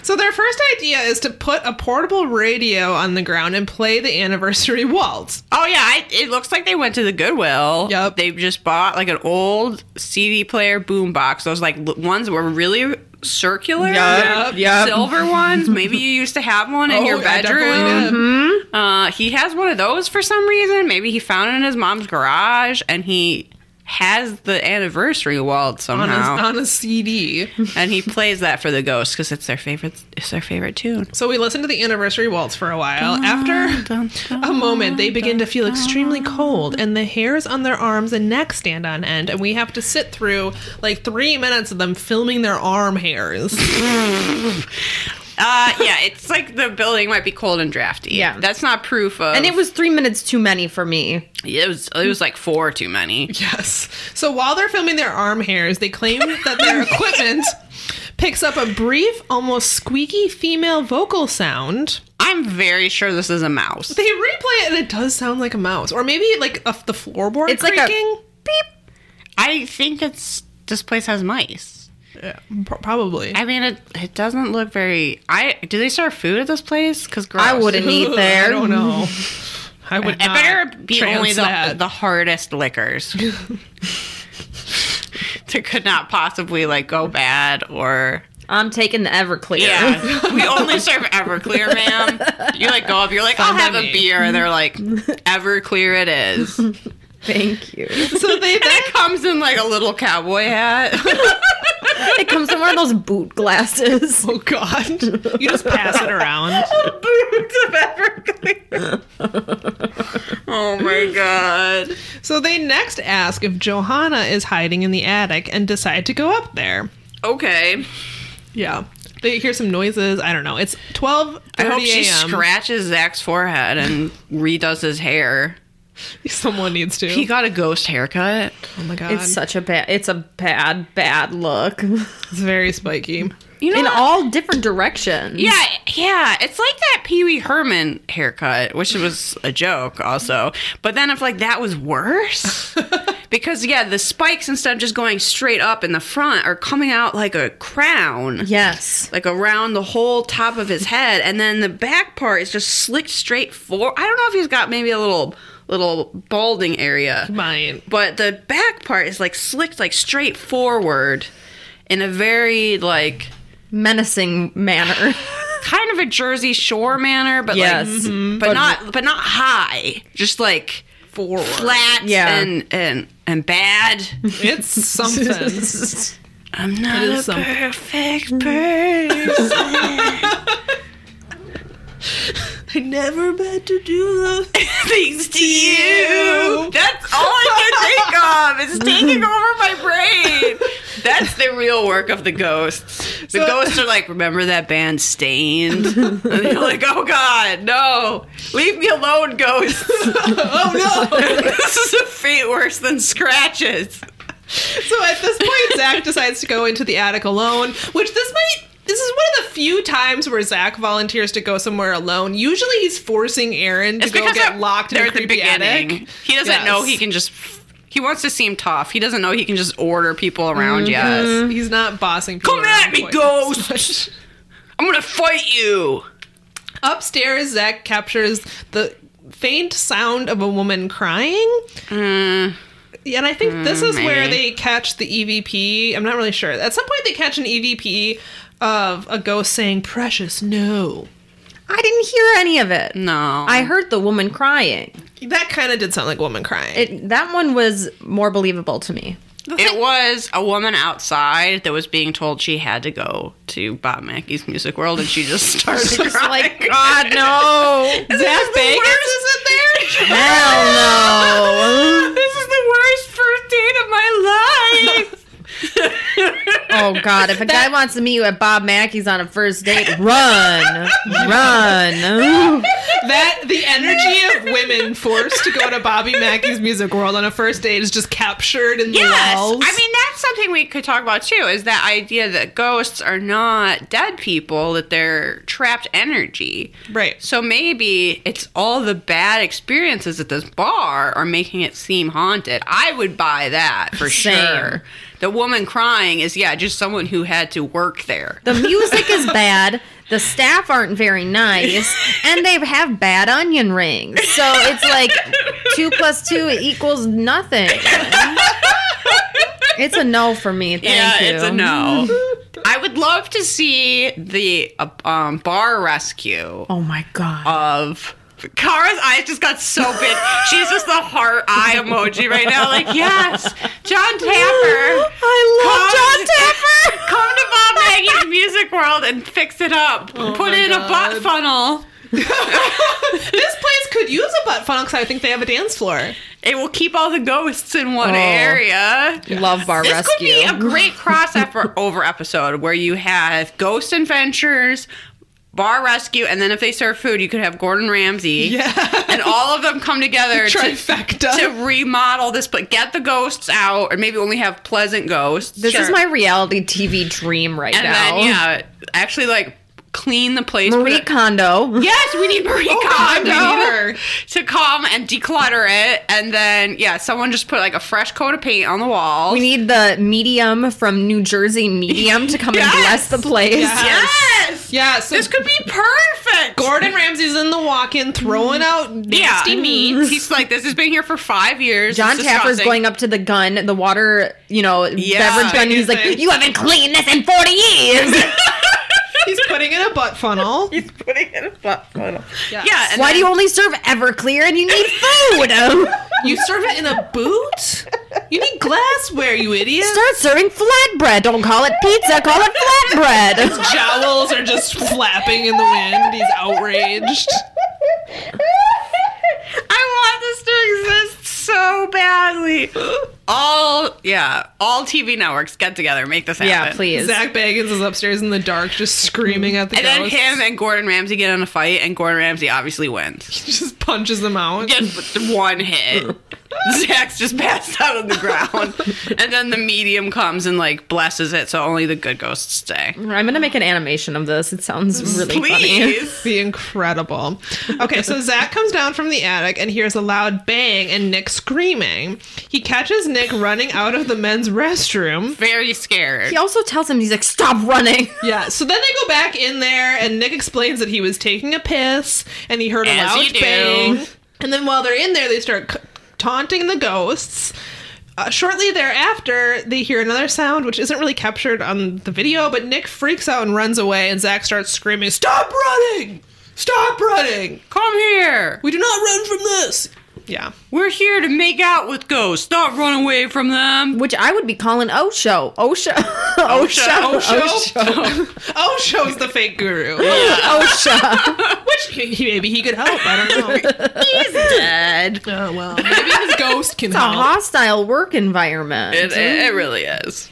So their first idea is to put a portable radio on the ground and play the anniversary waltz. oh yeah, I, it looks like they went to the Goodwill. Yep. They just bought like an old CD player boombox. Those like l- ones were really circular, Yup, yup. silver ones. Maybe you used to have one in Oh, your I bedroom. definitely did. Uh, he has one of those for some reason. Maybe he found it in his mom's garage, and he has the anniversary waltz On, a, somehow, on a CD. and he plays that for the ghosts because it's their favorite. It's their favorite tune. So we listen to the anniversary waltz for a while. After Dun, dun. a moment, they begin to feel extremely cold, and the hairs on their arms and neck stand on end, and we have to sit through like three minutes of them filming their arm hairs. Uh, yeah, it's like the building might be cold and drafty. Yeah. that's not proof of. And it was three minutes too many for me. it was it was like four too many. yes. So while they're filming their arm hairs, they claim that their equipment picks up a brief, almost squeaky female vocal sound. I'm very sure this is a mouse. They replay it and it does sound like a mouse, or maybe like a, the floorboard It's like creaking. a- Beep. I think it's this place has mice. Yeah, pro- probably. I mean, it, it doesn't look very. I do they serve food at this place? Because I wouldn't eat I there. don't know. I would. It not better be trans only the, that. the hardest liquors. that could not possibly like go bad or I'm taking the Everclear. yeah. we only serve Everclear, ma'am. You like go up, you're like, I'll Fine by have a me. beer, and they're like, Everclear it is. And Thank you. so they then it comes in like a little cowboy hat. It comes from one of those boot glasses. Oh God! You just pass it around. Boots of Everclear. oh my god. So they next ask if Johanna is hiding in the attic and decide to go up there. Okay. Yeah. They hear some noises. I don't know. It's twelve I hope thirty she a.m. scratches Zach's forehead and redoes his hair. Someone needs to. He got a ghost haircut. oh my God! It's It's, such a bad. It's a bad, bad look in very spiky. You know, what? all different directions. yeah, yeah. It's like that Pee Wee Herman haircut, which was a joke, also. But then if like that was worse, because yeah, the spikes instead of just going straight up in the front are coming out like a crown. Yes. Like around the whole top of his head, and then the back part is just slicked straight forward. I don't know if he's got maybe a little little balding area. Mine. but the back part is like slicked like straight forward in a very like Menacing manner. kind of a jersey shore manner but Yes. like Mhm. but, But- not but not high just like Forward. flat Yeah. and and and bad It's something. i'm not It a is some- perfect person I never meant to do those. thanks to you that's all i can think of it's taking over my brain that's the real work of the ghosts the So- ghosts are like remember that band stained and you're like oh god no leave me alone ghosts oh no! this is a fate worse than scratches So at this point, Zach decides to go into the attic alone, which this might. This is one of the few times where Zach volunteers to go somewhere alone. Usually, he's forcing Aaron to go get they're- locked in they're a at the creepy attic. He doesn't know Yes. he can just He wants to seem tough. He doesn't know he can just order people around yet. Mm-hmm. He's not bossing. people Come at around me, quite as much. ghost! I'm gonna fight you. Upstairs, Zach captures the faint sound of a woman crying. Mm, And I think this is where Hmm, maybe. they catch the EVP. I'm not really sure. At some point, they catch an EVP of a ghost saying, Precious, no. I didn't hear any of it. No, I heard the woman crying. That kind of did sound like a woman crying. It, that one was more believable to me. It was a woman outside that was being told she had to go to Bob Mackey's Music World, and she just started crying. Like, God, no. Zach Bagans isn't there? Hell no. this is the worst first date of my life. Oh, God. If a guy wants to meet you at Bob Mackey's on a first date, run. Run. Ooh. that the energy of women forced to go to Bobby Mackey's Music World on a first date is just captured in Yes, the walls. I mean that's something we could talk about too. Is that idea that ghosts are not dead people; that they're trapped energy. right. So maybe it's all the bad experiences at this bar are making it seem haunted. I would buy that for Same. sure. The woman crying is yeah, just someone who had to work there. The music is bad. The staff aren't very nice. And they have bad onion rings. So it's like two plus two equals nothing. It's a no for me. Thank you. it's a no. I would love to see the uh, um, bar rescue Oh, my God. of Kara's eyes just got so big. She's just the heart eye emoji right now. Like yes, John Tapper. I Tapper. Come to Bob Maggie's Music World and fix it up. Oh Put my in a God. butt funnel. this place could use a butt funnel because I think they have a dance floor. It will keep all the ghosts in one Oh. area. Love Bar This Rescue. could be a great cross effort over episode where you have ghost adventures, bar rescue, and then if they serve food, you could have Gordon Ramsay. Yeah. And all of them come together to, Trifecta. to remodel this, but get the ghosts out, or maybe only have pleasant ghosts. This is Sure. my reality TV dream right And now. then, yeah, actually, like, clean the place. put Marie Oh, it- Kondo. Yes, we need Marie God, we Kondo need her. to come and declutter it, and then yeah, someone just put like a fresh coat of paint on the wall. We need the medium from New Jersey medium to come Yes. and bless the place. Yeah. yes, Yeah, so this could be perfect. Gordon Ramsay's in the walk-in throwing out Mm-hmm. yeah, Mm-hmm. nasty meats. He's like, this has been here for five years. John It's Tapper's disgusting. going up to the gun, the water, you know, beverage gun. He's like, Amazing. "You haven't cleaned this in forty years. He's putting in a butt funnel. He's putting in a butt funnel. Yes. Yeah. and Why then- do you only serve Everclear and you need food? You serve it in a boot? You need glassware, you idiot. Start serving flatbread. Don't call it pizza. Call it flatbread." Jowls are just flapping in the wind. He's outraged. I want this to exist so badly. All yeah, all TV networks get together, make this happen. yeah, please. Zach Bagans is upstairs in the dark, just screaming at the And then ghosts. him and Gordon Ramsay get in a fight, and Gordon Ramsay obviously wins. just punches them out. Just with one hit. Zach's just passed out on the ground. And then the medium comes and like blesses it, so only the good ghosts stay. I'm gonna make an animation of this. It sounds really funny. Please. Be incredible. Okay, so Zach comes down from the attic and hears a loud bang and Nick screaming. He catches Nick running out of the men's restroom. Very scared. He also tells him he's like, "Stop running." Yeah, so then they go back in there and Nick explains that he was taking a piss and he heard a As you loud do. bang. And then while they're in there, they start c- taunting the ghosts. Uh, shortly thereafter, they hear another sound which isn't really captured on the video, but Nick freaks out and runs away and Zach starts screaming, "Stop running! Stop running!" Come here. We do not run from this. Yeah. We're here to make out with ghosts. Not run away from them. Which I would be calling Osho. Osho. Osho. Osho. Osho. Osho's Oh, the fake guru. Osho. Which he, he- maybe he could help. I don't know. He's dead. Oh well. Maybe his ghost can It's a help. hostile work environment. It, it, it really is.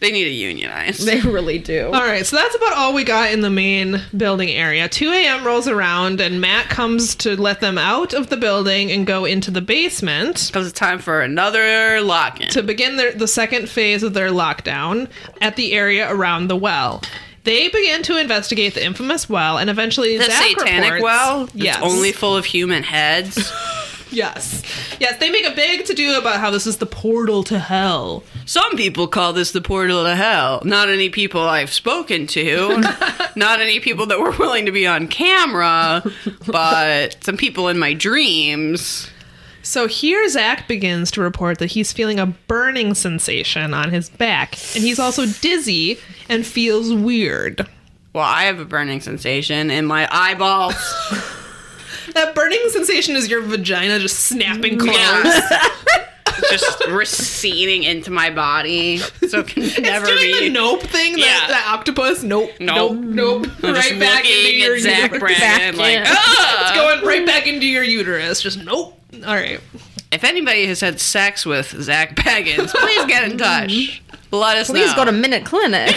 They need to unionize. They really do. All right, so that's about all we got in the main building area. 2 a.m. rolls around, and Matt comes to let them out of the building and go into the basement Comes it's time for another lock in. to begin their, the second phase of their lockdown at the area around the well. They begin to investigate the infamous well, and eventually the Zach satanic reports, well that's yes, only full of human heads Yes. Yes, they make a big to do about how this is the portal to hell. Some people call this the portal to hell. Not any people I've spoken to, not any people that were willing to be on camera, but some people in my dreams. So here Zach begins to report that he's feeling a burning sensation on his back, and he's also dizzy and feels weird. Well, I have a burning sensation in my eyeballs. That burning sensation is your vagina just snapping closed. just receding into my body. So it can never it's doing be. the nope thing, the, Yeah. the octopus. Nope, nope, nope. I'm just Right back looking into at your Zach uterus. Brandon, Back like, in. "Ah!" It's going right back into your uterus. Just nope. All right. If anybody has had sex with Zach Baggins, please get in touch. Let us Mm-hmm. Please know. go to Minute Clinic.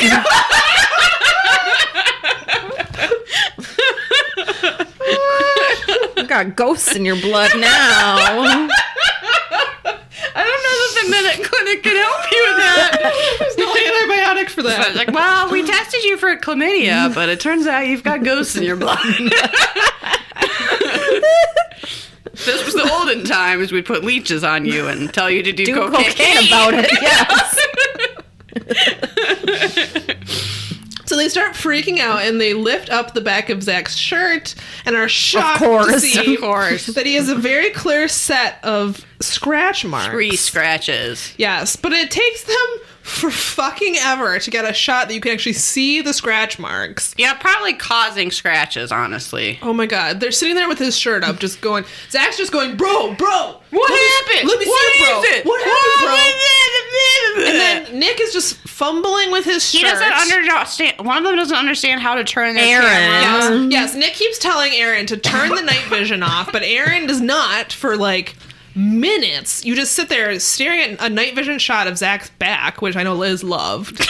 you got ghosts in your blood now. I don't know that the Minute Clinic can help you with that. There's no antibiotic for I was that. like, well, we tested you for chlamydia, but it turns out you've got ghosts in your blood. this was the olden times. We'd put leeches on you and tell you to do, Do cocaine. cocaine about it. Yes. So they start freaking out and they lift up the back of Zach's shirt and are shocked to course, see of course. that he has a very clear set of scratch marks. Three scratches. Yes, but it takes them for fucking ever to get a shot that you can actually see the scratch marks. Yeah, probably causing scratches, honestly. Oh my god, they're sitting there with his shirt up, just going. Zach's just going, bro, bro. What let me- happened? let me see What it, bro. is it? What happened, bro? bro? And then Nick is just fumbling with his he shirt. doesn't understand. One of them doesn't understand how to turn their Aaron. camera. Yes, Um. yes. Nick keeps telling Aaron to turn the night vision off, but Aaron does not for like minutes. You just sit there staring at a night vision shot of Zach's back, which I know Liz loved.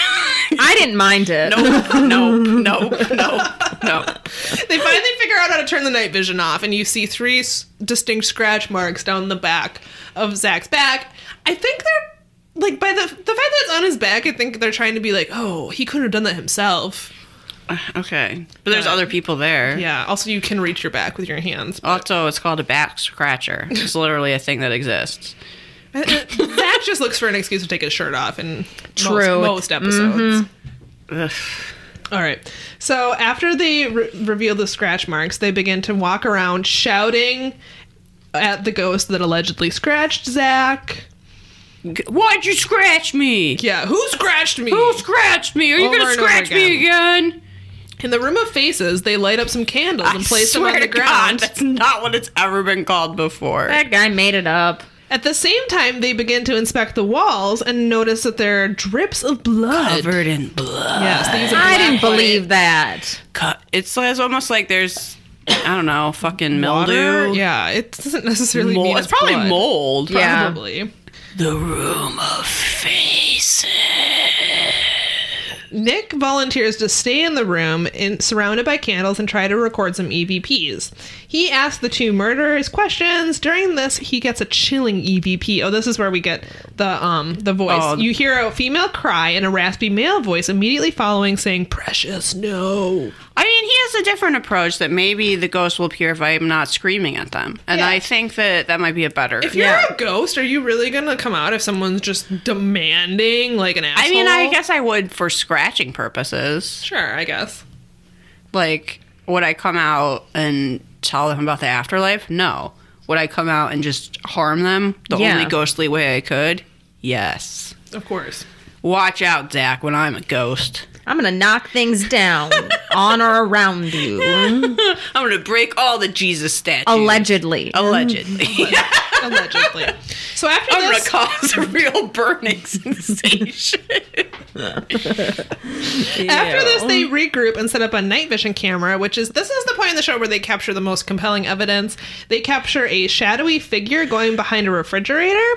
I didn't mind it. Nope, nope, nope, nope, nope. they finally figure out how to turn the night vision off, and you see three s- distinct scratch marks down the back of Zach's back. I think they're like by the the fact that it's on his back. I think they're trying to be like, oh, he couldn't have done that himself. Okay. But there's But- other people there. Yeah. Also, you can reach your back with your hands. Also, it's called a back scratcher. It's literally a thing that exists. Zach just looks for an excuse to take his shirt off in True. Mm-hmm. most, most episodes. Ugh. All right. So after they re- reveal the scratch marks, they begin to walk around shouting at the ghost that allegedly scratched Zach. G- Why'd you scratch me? Yeah, who scratched me? Who scratched me? Are you Over gonna and over scratch me again? In the room of faces, they light up some candles and place them on the to God, ground. that's not what it's ever been called before. That guy made it up. At the same time, they begin to inspect the walls and notice that there are drips of blood. Covered in blood. Yes, these are I black didn't white. believe that. Co- It's, it's almost like there's, I don't know, fucking Water? mildew. Yeah, it doesn't necessarily Mold. mean It's probably blood. mold. Yeah. Probably. The room of faces. Nick volunteers to stay in the room in, surrounded by candles and try to record some EVPs. He asks the two murderers questions. During this, he gets a chilling EVP. Oh, this is where we get the um the voice. Oh. You hear a female cry and a raspy male voice immediately following saying, "Precious, no." I mean, he has a different approach that maybe the ghost will appear if I'm not screaming at them. And Yeah. I think that that might be a better. If you're Yeah. a ghost, are you really going to come out if someone's just demanding like an asshole? I mean, I guess I would for scratching purposes. sure, I guess. Like, would I come out and tell them about the afterlife? No. Would I come out and just harm them the Yeah. only ghostly way I could? Yes. Of course. Watch out, Zach, when I'm a ghost. I'm gonna knock things down on or around you. Mm. I'm going to break all the Jesus statues. Allegedly. Oh, Allegedly. Mm. Allegedly. So after I'm going this, to cause a real burning sensation. After this, they regroup and set up a night vision camera, which is this is the point in the show where they capture the most compelling evidence. They capture a shadowy figure going behind a refrigerator.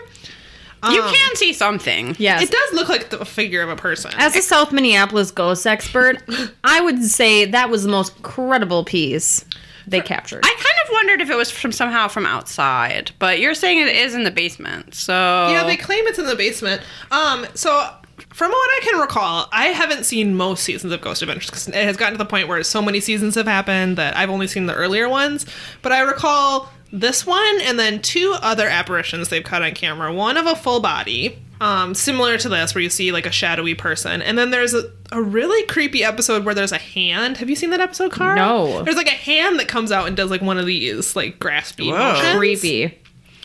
you Um, can see something. Yes. It does look like the figure of a person. As a South Minneapolis ghost expert, I would say that was the most credible piece they captured. I kind of wondered if it was from somehow from outside, but you're saying it is in the basement. So yeah, Oh. they claim it's in the basement. Um, so from what I can recall, I haven't seen most seasons of Ghost Adventures because it has gotten to the point where so many seasons have happened that I've only seen the earlier ones. But I recall this one and then two other apparitions they've caught on camera. One of a full body, um, similar to this, where you see like a shadowy person. And then there's a, a really creepy episode where there's a hand. Have you seen that episode, Carl? No. There's like a hand that comes out and does like one of these like graspy Whoa. motions. Creepy.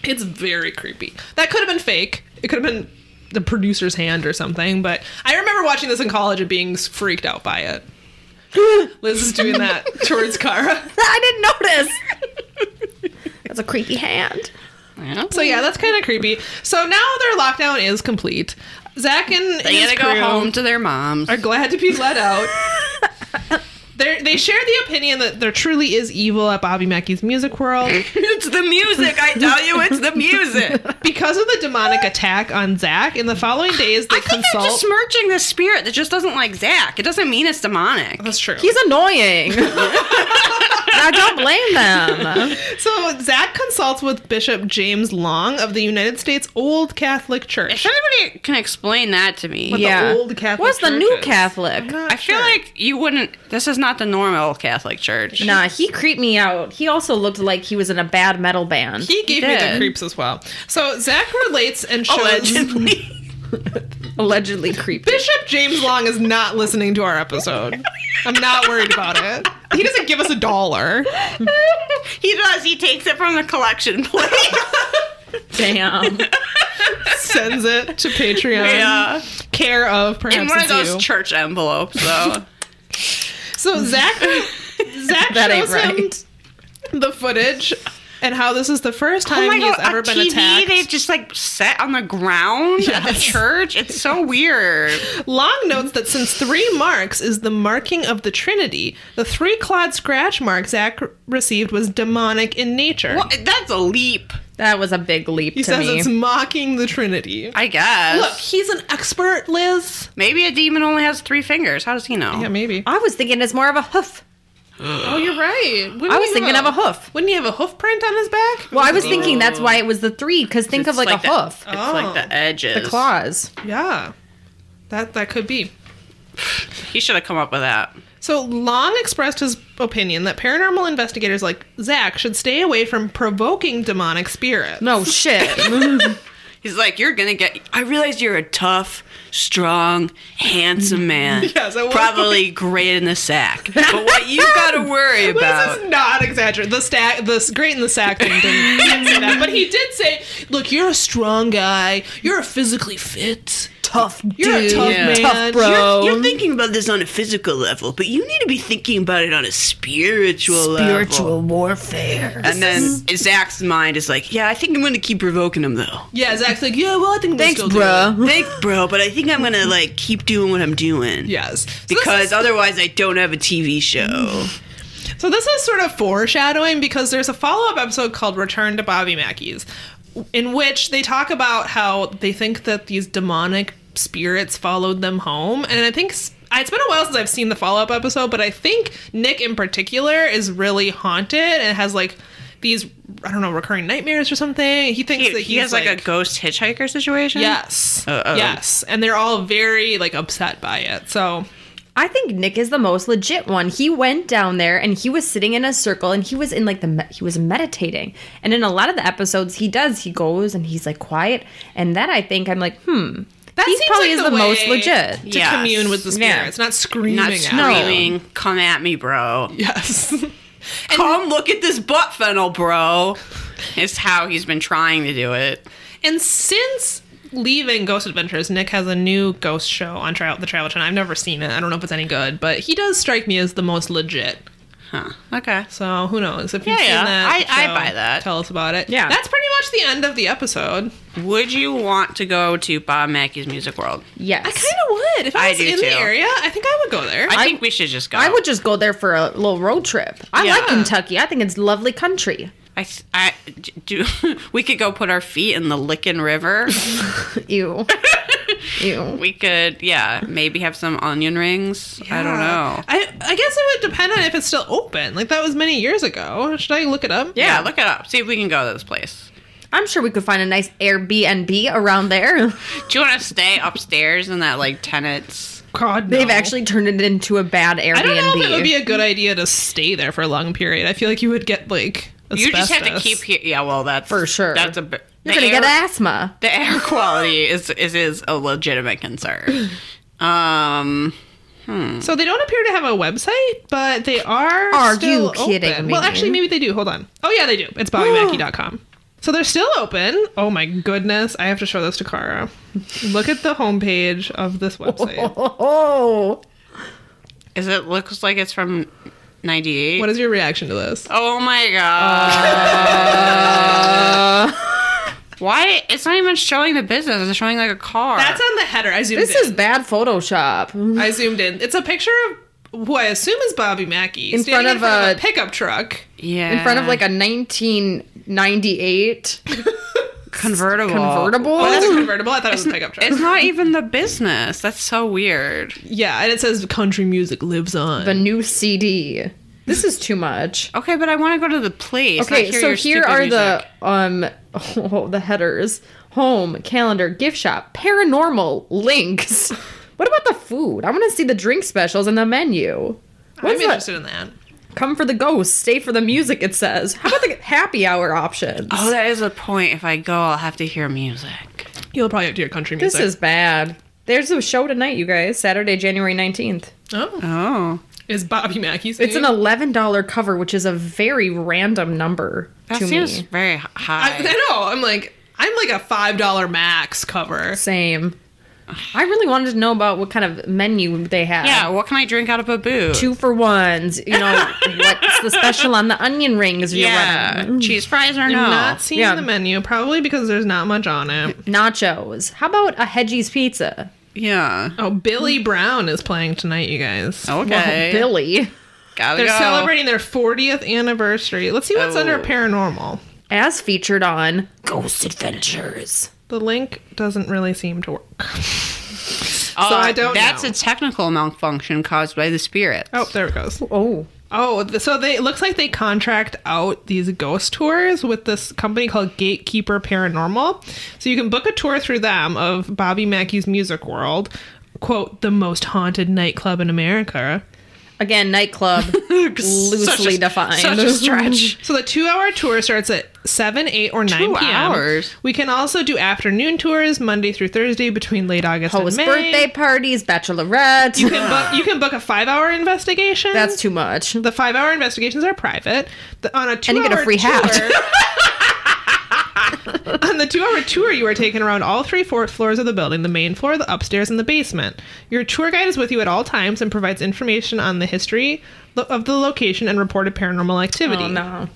It's very creepy. That could have been fake. It could have been the producer's hand or something, but I remember watching this in college and being freaked out by it. Liz is doing that towards Kara. I didn't notice. That's a creepy hand. So yeah, that's kind of creepy. So now their lockdown is complete. Zach and they his gotta go crew home to their moms. are glad to be let out. They're, they share the opinion that there truly is evil at Bobby Mackey's Music World it's the music, I tell you, it's the music. because of the demonic attack on Zach. In the following days, they I think they're consult. just smirching the spirit that just doesn't like Zach. It doesn't mean it's demonic. that's true. He's annoying. I don't blame them. So Zach consults with Bishop James Long of the United States Old Catholic If Church. anybody can explain that to me, What the yeah. old Catholic What's the Church new is. Catholic? I'm not I feel sure. like you wouldn't. This is not the normal Catholic church. Nah, he creeped me out. He also looked like he was in a bad metal band. he gave me the did. creeps as well. So Zach relates and shows Allegedly. allegedly creepy. Bishop James Long is not listening to our episode. I'm not worried about it. He doesn't give us a dollar. he does. He takes it from the collection plate. Damn. Sends it to Patreon. yeah. Care of perhaps In one of it's those you. church envelopes, though. So Zach, Zach That ain't shows him right. the footage and how this is the first oh time my he has god, ever a been TV attacked. they've just like set on the ground at the Yes. church. It's so weird. Long notes that since three marks is the marking of the Trinity, the three clawed scratch mark Zach received was demonic in nature. Well, that's a leap, That was a big leap He to says me. it's mocking the Trinity. I guess. Look, he's an expert, Liz. Maybe a demon only has three fingers. How does he know? Yeah, maybe. I was thinking it's more of a hoof. Oh, you're right. Wouldn't I was he thinking have of a hoof. Wouldn't he have a hoof print on his back? Well, I was thinking that's why it was the three, because think of It's like, a the- hoof. It's Oh. like the edges. The claws. Yeah, that that could be. He should have come up with that. So Long expressed his opinion that paranormal investigators like Zach should stay away from provoking demonic spirits. No shit. He's like, you're gonna get. I realize you're a tough, strong, handsome man. Yes, I was- probably great in the sack. But what you gotta worry This about? is not exaggerated. The stack, the s- great in the sack thing didn't, didn't say that, but he did say, "Look, you're a strong guy. You're a physically fit, tough dude. You're a tough Yeah. man, Tough bro. You're, Um, you're thinking about this on a physical level, but you need to be thinking about it on a spiritual, level. Spiritual warfare. And then Zach's mind is like, yeah, I think I'm gonna keep provoking him though. Yeah, Zach's like, yeah, well, I think we'll Thanks, still do it." bruh. Thanks, bro, but I think I'm gonna like keep doing what I'm doing. Yes, So this Because otherwise, I don't have a TV show. So this is sort of foreshadowing because there's a follow-up episode called Return to Bobby Mackey's in which they talk about how they think that these demonic spirits followed them home and I think s- it's been a while since I've seen the follow-up episode but I think Nick in particular is really haunted and has like these I don't know recurring nightmares or something. He thinks He, that he he's has like, a ghost hitchhiker situation. yes. Uh, uh, yes. And they're all very like upset by it. So I think Nick is the most legit one. He went down there and he was sitting in a circle and he was in like the me- he was meditating. And in a lot of the episodes, he does he goes and he's like quiet. And that I think I'm like, hmm, that he seems probably like is the, the most way legit. to Yes. commune with the Yeah. spirits, not screaming. Not at them. screaming, come at me, bro. Yes. Come look at this butt funnel, bro. It's how he's been trying to do it. And since leaving Ghost Adventures, Nick has a new ghost show on tra- the Travel Channel. I've never seen it. I don't know if it's any good, but he does strike me as the most legit. Huh. Okay. So who knows? If you've Yeah, seen yeah. that, I- I show, buy that. Tell us about it. Yeah. That's pretty much the end of the episode. Would you want to go to Bob Mackey's Music World? Yes, I kind of would. If I, I was do in the too. area, I think I would go there. I think we should just go. I would just go there for a little road trip. I Yeah. like Kentucky. I think it's lovely country. I, s- I- d- do. we could go put our feet in the Lickin' River. Ew. Ew. we could, yeah, maybe have some onion rings. I don't know. I, I guess it would depend on if it's still open. Like that was many years ago. Should I look it up? Yeah, look it up. See if we can go to this place. I'm sure we could find a nice Airbnb around there. Do you want to stay upstairs in that like tenants? God, They've no. actually turned it into a bad Airbnb. I don't know if it would be a good idea to stay there for a long period. I feel like you would get like You just have to asbestos. keep he- yeah. Well, that's For sure. That's a bit. You're gonna get asthma. the air quality is is is a legitimate concern. Um, So they don't appear to have a website, but they are. Are still you kidding open. me? Well, actually, maybe they do. Hold on. Oh yeah, they do. It's BobbyMackey.com. So they're still open. Oh my goodness, I have to show this to Cara. Look at the homepage of this website. Oh, is it looks like it's from '98? What is your reaction to this? Oh Uh. my god! Why? It's not even showing the business. It's showing like a car. That's on the header. I zoomed this in. is bad Photoshop. I zoomed in. It's a picture of who I assume is Bobby Mackey In standing front in of front of a a- pickup truck. yeah. In front of like a 1998 convertible. convertible. Oh, that's a convertible. I thought it was a pickup truck. It's not even the business. That's so weird. Yeah, and it says country music lives on. the new CD. This is too much. Okay, but I want to go to the place. not Okay, hear so your here stupid are music. the um oh, the headers: home, calendar, gift shop, paranormal, links. What about the food? I want to see the drink specials and the menu. I'm What's interested that? in that. Come for the ghosts, stay for the music. It says. How about the happy hour options? Oh, that is a point. If I go, I'll have to hear music. You'll probably have to hear country this music. is bad. There's a show tonight, you guys. Saturday, January nineteenth. oh, Oh, is Bobby Mackey's? It's name? an eleven dollar cover, which is a very random number that to seems me. very I, I high. know. I'm like, I'm like a five dollar max cover. Same. I really wanted to know about what kind of menu they have. yeah, what can I drink out of a boo? two for ones. You know, what's the special on the onion rings? You're yeah, Mm-hmm. running? cheese fries or no? I'm not seeing yeah. the menu, probably because there's not much on it. nachos. How about a Hedgie's pizza? yeah. Oh, Billy Brown is playing tonight, you guys. Oh Okay. Well, Billy. Gotta They're go. celebrating their 40th anniversary. Let's see what's Oh. under paranormal. As featured on Ghost Adventures. The link doesn't really seem to work. Oh, so I don't That's know. a technical malfunction caused by the spirit. Oh, there it goes. Oh, Oh, th- so they it looks like they contract out these ghost tours with this company called Gatekeeper Paranormal. So you can book a tour through them of Bobby Mackey's Music World, quote, the most haunted nightclub in America. again, nightclub. Loosely defined. Such a stretch. So the two-hour tour starts at seven, eight, or nine Two p.m. hours? We can also do afternoon tours Monday through Thursday between late August Host and May. Oh, birthday parties, bachelorette. You can book, you can book a five-hour investigation. That's too much. the five-hour investigations are private. The- on a two-hour you get a free tour, hat. on the two-hour tour, you are taken around all three four- floors of the building: the main floor, the upstairs, and the basement. Your tour guide is with you at all times and provides information on the history lo- of the location and reported paranormal activity. Oh no.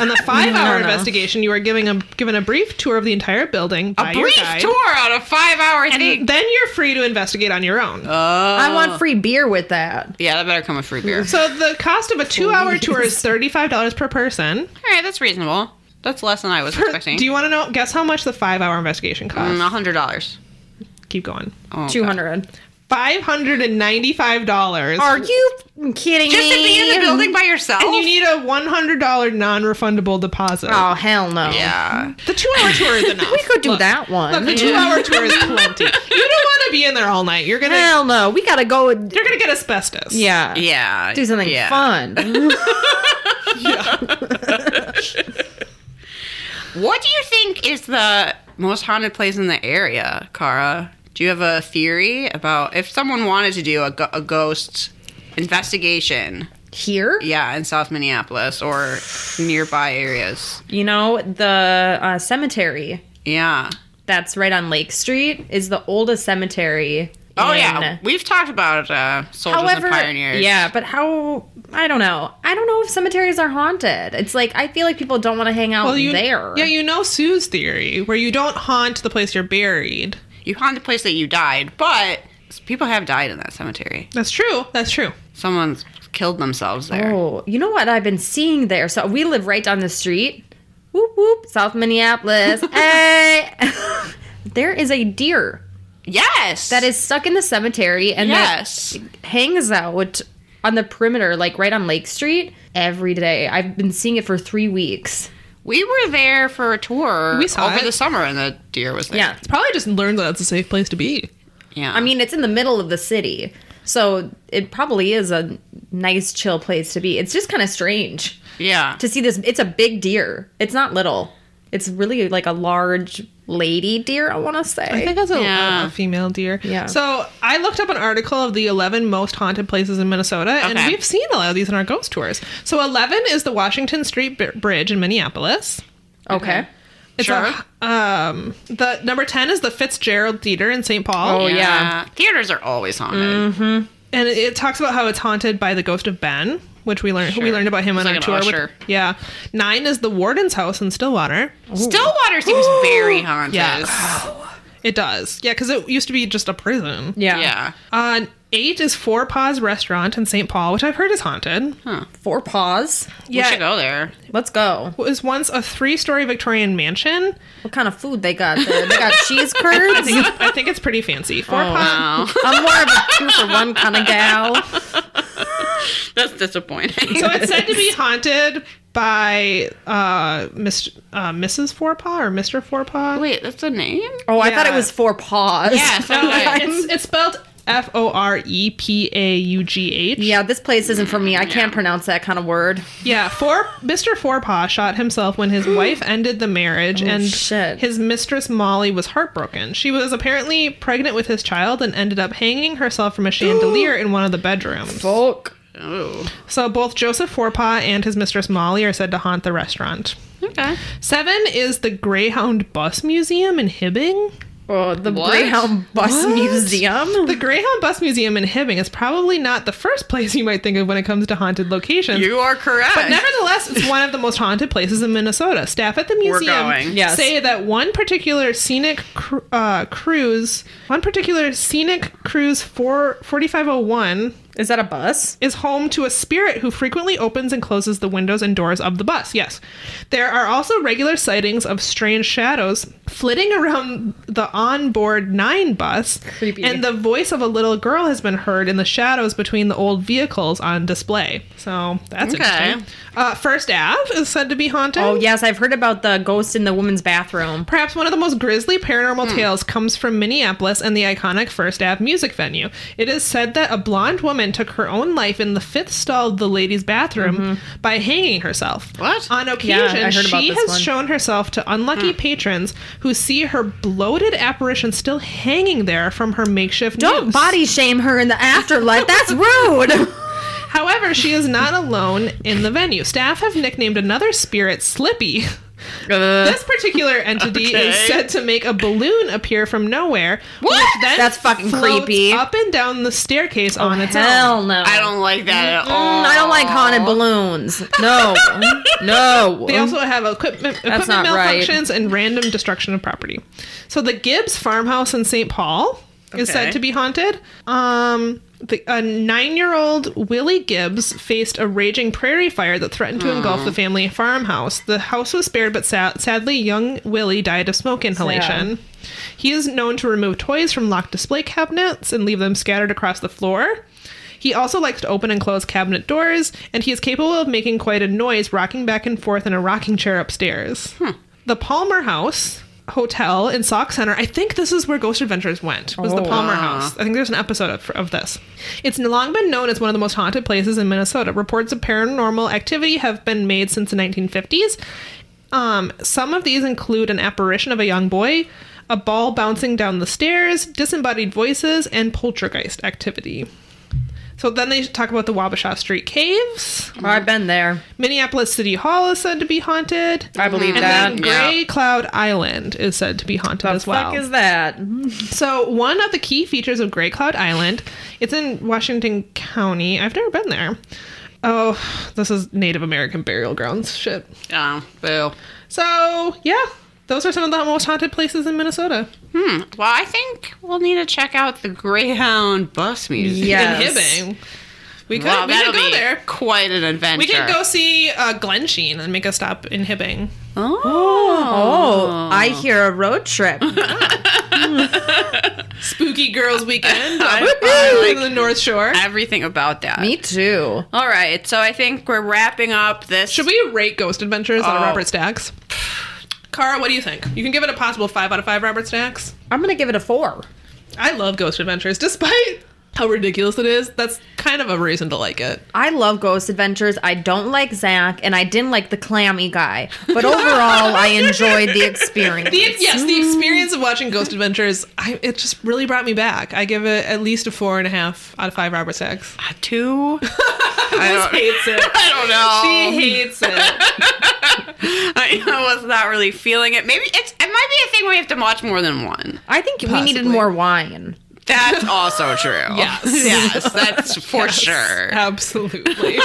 On the five-hour No, no. investigation, you are giving a given a brief tour of the entire building by A your brief guide. tour on a five-hour thing. Then you're free to investigate on your own. Uh. I Uh, want free beer with that. yeah, that better come with free beer. so the cost of a two-hour tour is thirty-five dollars per person. All right, that's reasonable. That's less than I was expecting. Do you want to know? Guess how much the five-hour investigation costs? Mm-hmm. Mm, hundred dollars. Keep going. Oh, Two hundred. Five hundred and ninety-five dollars. Are you kidding Just me? to be in the building by yourself. And you need a one hundred dollar non-refundable deposit. Oh hell no. yeah. The two-hour tour is enough. We could do Look, that Look, one. the two-hour tour is plenty. You don't want to be in there all night. You're gonna Hell no. We gotta go. and- you're gonna get asbestos. Yeah. Yeah. do something yeah. fun. What do you think is the most haunted place in the area, Kara? Do you have a theory about if someone wanted to do a, go- a ghost investigation? Here, Yeah, in South Minneapolis or nearby areas. you know, the uh, cemetery Yeah. that's right on Lake Street is the oldest cemetery. Oh in- yeah, we've talked about uh, soldiers However, and pioneers. yeah, but how? I don't know. I don't know if cemeteries are haunted. It's like I feel like people don't want to hang out Well, you there. Yeah, you know Sue's theory, where you don't haunt the place you're buried. you haunt the place that you died, but people have died in that cemetery. That's true. That's true. Someone's killed themselves there. Oh, you know what I've been seeing there? So we live right down the street. Whoop whoop, South Minneapolis. hey, there is a deer Yes, that is stuck in the cemetery and that yes. hangs out on the perimeter, like right on Lake Street, every day. I've been seeing it for three weeks. we were there for a tour We saw over it. the summer, and the deer was there. Yeah. It's probably just learned that that's a safe place to be. yeah. I mean, it's in the middle of the city. So it probably is a nice, chill place to be. It's just kind of strange Yeah. to see this. It's a big deer. It's not little. It's really like a large lady deer. I want to say. I think as a, Yeah. a female deer. Yeah. So I looked up an article of the 11 most haunted places in Minnesota, and Okay. we've seen a lot of these in our ghost tours. So 11 is the Washington Street Br- Bridge in Minneapolis. okay. It's Sure. a- um, the number 10 is the Fitzgerald Theater in St. Paul. Oh, yeah. Mm-hmm. Theaters are always haunted. and it, it talks about how it's haunted by the ghost of Ben, which we learned we Sure. learned about him He's on like our an tour. with- usher. yeah, nine is the warden's house in Stillwater. Stillwater seems very haunted. Yes. It does, yeah, because it used to be just a prison. Yeah. Yeah. Uh, eight is Four Paws Restaurant in St. Paul, which I've heard is haunted. Four paws. We Yeah. should go there. Let's go. It was once a three-story Victorian mansion. What kind of food they got? There? They got cheese curds. I think it's pretty fancy. Four Oh, Paws. Wow. I'm more of a two for one kind of gal. That's disappointing. So it's said to be haunted by uh, Mr., uh, Mrs. Four Paw or Mr. Four Paw. Wait, that's a name? Oh, I thought it Yeah. was four paws. Yeah, so No, I- it's, it's spelled F O R E P A U G H. Yeah, this place isn't for me. I can't pronounce that kind of word. Yeah, four Mr. Fourpaw shot himself when his wife ended the marriage and Oh, shit. his mistress Molly was heartbroken. She was apparently pregnant with his child and ended up hanging herself from a chandelier in one of the bedrooms. Folk. oh. So both Joseph Fourpaw and his mistress Molly are said to haunt the restaurant. Okay. Seven is the Greyhound Bus Museum in Hibbing. Oh, the What? Greyhound Bus What? Museum. The Greyhound Bus Museum in Hibbing is probably not the first place you might think of when it comes to haunted locations. You are correct. But nevertheless, it's one of the most haunted places in Minnesota. Staff at the museum going. Yes. say that one particular scenic cru- uh, cruise, one particular scenic cruise for 4501 Is that a bus? is home to a spirit who frequently opens and closes the windows and doors of the bus. Yes. There are also regular sightings of strange shadows flitting around the onboard 9 bus. Creepy. And the voice of a little girl has been heard in the shadows between the old vehicles on display. So, that's Okay. interesting. Uh, First Ave is said to be haunted. Oh, yes, I've heard about the ghost in the woman's bathroom. Perhaps one of the most grisly Hmm. paranormal tales comes from Minneapolis and the iconic First Ave music venue. It is said that a blonde woman took her own life in the fifth stall of the ladies' bathroom by hanging herself. What? On Mm-hmm. Yeah, I occasion, heard about she this has one. Hmm. shown herself to unlucky patrons who see her bloated apparition still hanging there from her makeshift Don't noose. body shame her in the afterlife. That's rude. However, she is not alone in the venue. Staff have nicknamed another spirit Slippy. Uh, This particular entity is Okay. said to make a balloon appear from nowhere, What? which then That's fucking floats creepy. Oh, Up and down the staircase on its own. Hell no. I don't like that at all. Mm, I don't like haunted balloons. No. no. They also have equipment, equipment Mm. not right. malfunctions and random destruction of property. So the Gibbs farmhouse in St. Paul is Okay. said to be haunted. Um, the, a nine-year-old Willie Gibbs faced a raging prairie fire that threatened to Mm. engulf the family farmhouse. The house was spared, but sa- sadly, young Willie died of smoke inhalation. He is known to remove toys from locked display cabinets and leave them scattered across the floor. He also likes to open and close cabinet doors, and he is capable of making quite a noise rocking back and forth in a rocking chair upstairs. The Palmer House Hotel in Sauk Center. I think this is where Ghost Adventures went. Was the Oh. Palmer Ah. House? I think there's an episode of, of this. It's long been known as one of the most haunted places in Minnesota. Reports of paranormal activity have been made since the 1950s. Um, some of these include an apparition of a young boy, a ball bouncing down the stairs, disembodied voices, and poltergeist activity. So then they talk about the Wabasha Street Caves. Oh, I've been there. Minneapolis City Hall is said to be haunted. I believe and that. then Yeah. Gray Cloud Island is said to be haunted as well. fuck is that? so one of the key features of Gray Cloud Island, it's in Washington County. I've never been there. Oh, this is Native American burial grounds. Shit. Oh, boo. So yeah, those are some of the most haunted places in Minnesota. Hmm. Well, I think we'll need to check out the Greyhound Bus Museum. Yeah. In Yes. Hibbing, we could Wow, we could that'll go be there. quite an adventure. We could go see uh, Glen Sheen and make a stop in Hibbing. Oh, Oh, I hear a road trip. Spooky Girls Weekend on I the North Shore. everything about that. Me too. All right, so I think we're wrapping up this. Should we rate Ghost Adventures on Oh. Robert Stacks? Cara, what do you think? You can give it a possible five out of five Robert Stacks. I'm gonna give it a four. I love Ghost Adventures, despite how ridiculous it is, that's kind of a reason to like it. I love Ghost Adventures. I don't like Zach, and I didn't like the clammy guy. But overall, I enjoyed the experience. The, yes, the experience of watching Ghost Adventures, I, it just really brought me back. I give it at least a four and a half out of five Robert Sacks. A two? I Liz don't- hates it. I don't know. She hates it. I was not really feeling it. Maybe it's it might be a thing where you have to watch more than one. I think we needed Possibly. more wine. That's also true. yes. Yes, that's for Yes, sure. Absolutely.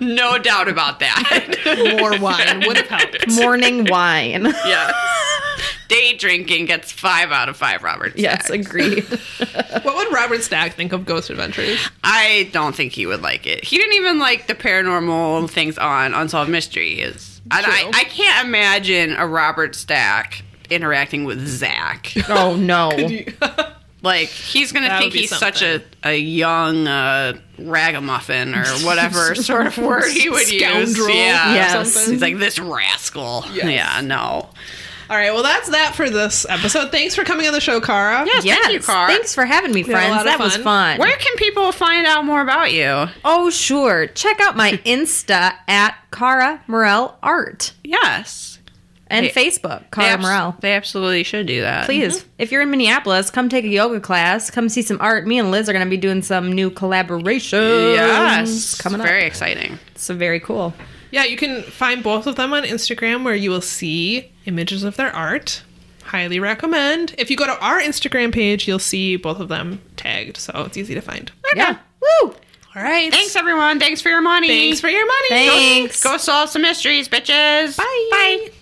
No doubt about that. More wine would have helped. Morning wine. yes. Day drinking gets five out of five, Robert. yes, Stack. agreed. What would Robert Stack think of Ghost Adventures? I don't think he would like it. He didn't even like the paranormal things on Unsolved Mysteries. And I, True. I can't imagine a Robert Stack interacting with Zach. Oh no. Like he's gonna That think would be he's such a, a young uh, ragamuffin or whatever sort of word he would Scoundrel. use. Yeah. Yes. He's like this rascal. Yes. Yeah, no. All right, well, that's that for this episode. Thanks for coming on the show, Cara. Yes, Yes, thank you, Car. thanks for having me, had a friends. lot of That was fun. fun. Where can people find out more about you? Oh, sure. Check out my Insta at Cara Morel Art Yes. and Hey, Facebook, They Cara abs- Morel. They absolutely should do that. Please, if you're in Minneapolis, come take a yoga class. Come see some art. Me and Liz are going to be doing some new collaborations. Yes. coming Very up. exciting. So very cool. Yeah, you can find both of them on Instagram where you will see images of their art. Highly recommend. If you go to our Instagram page, you'll see both of them tagged, so it's easy to find. Yeah. Woo. All right. Thanks everyone. Thanks for your money. Thanks for your money. Thanks. Go solve some mysteries, bitches. Bye. Bye.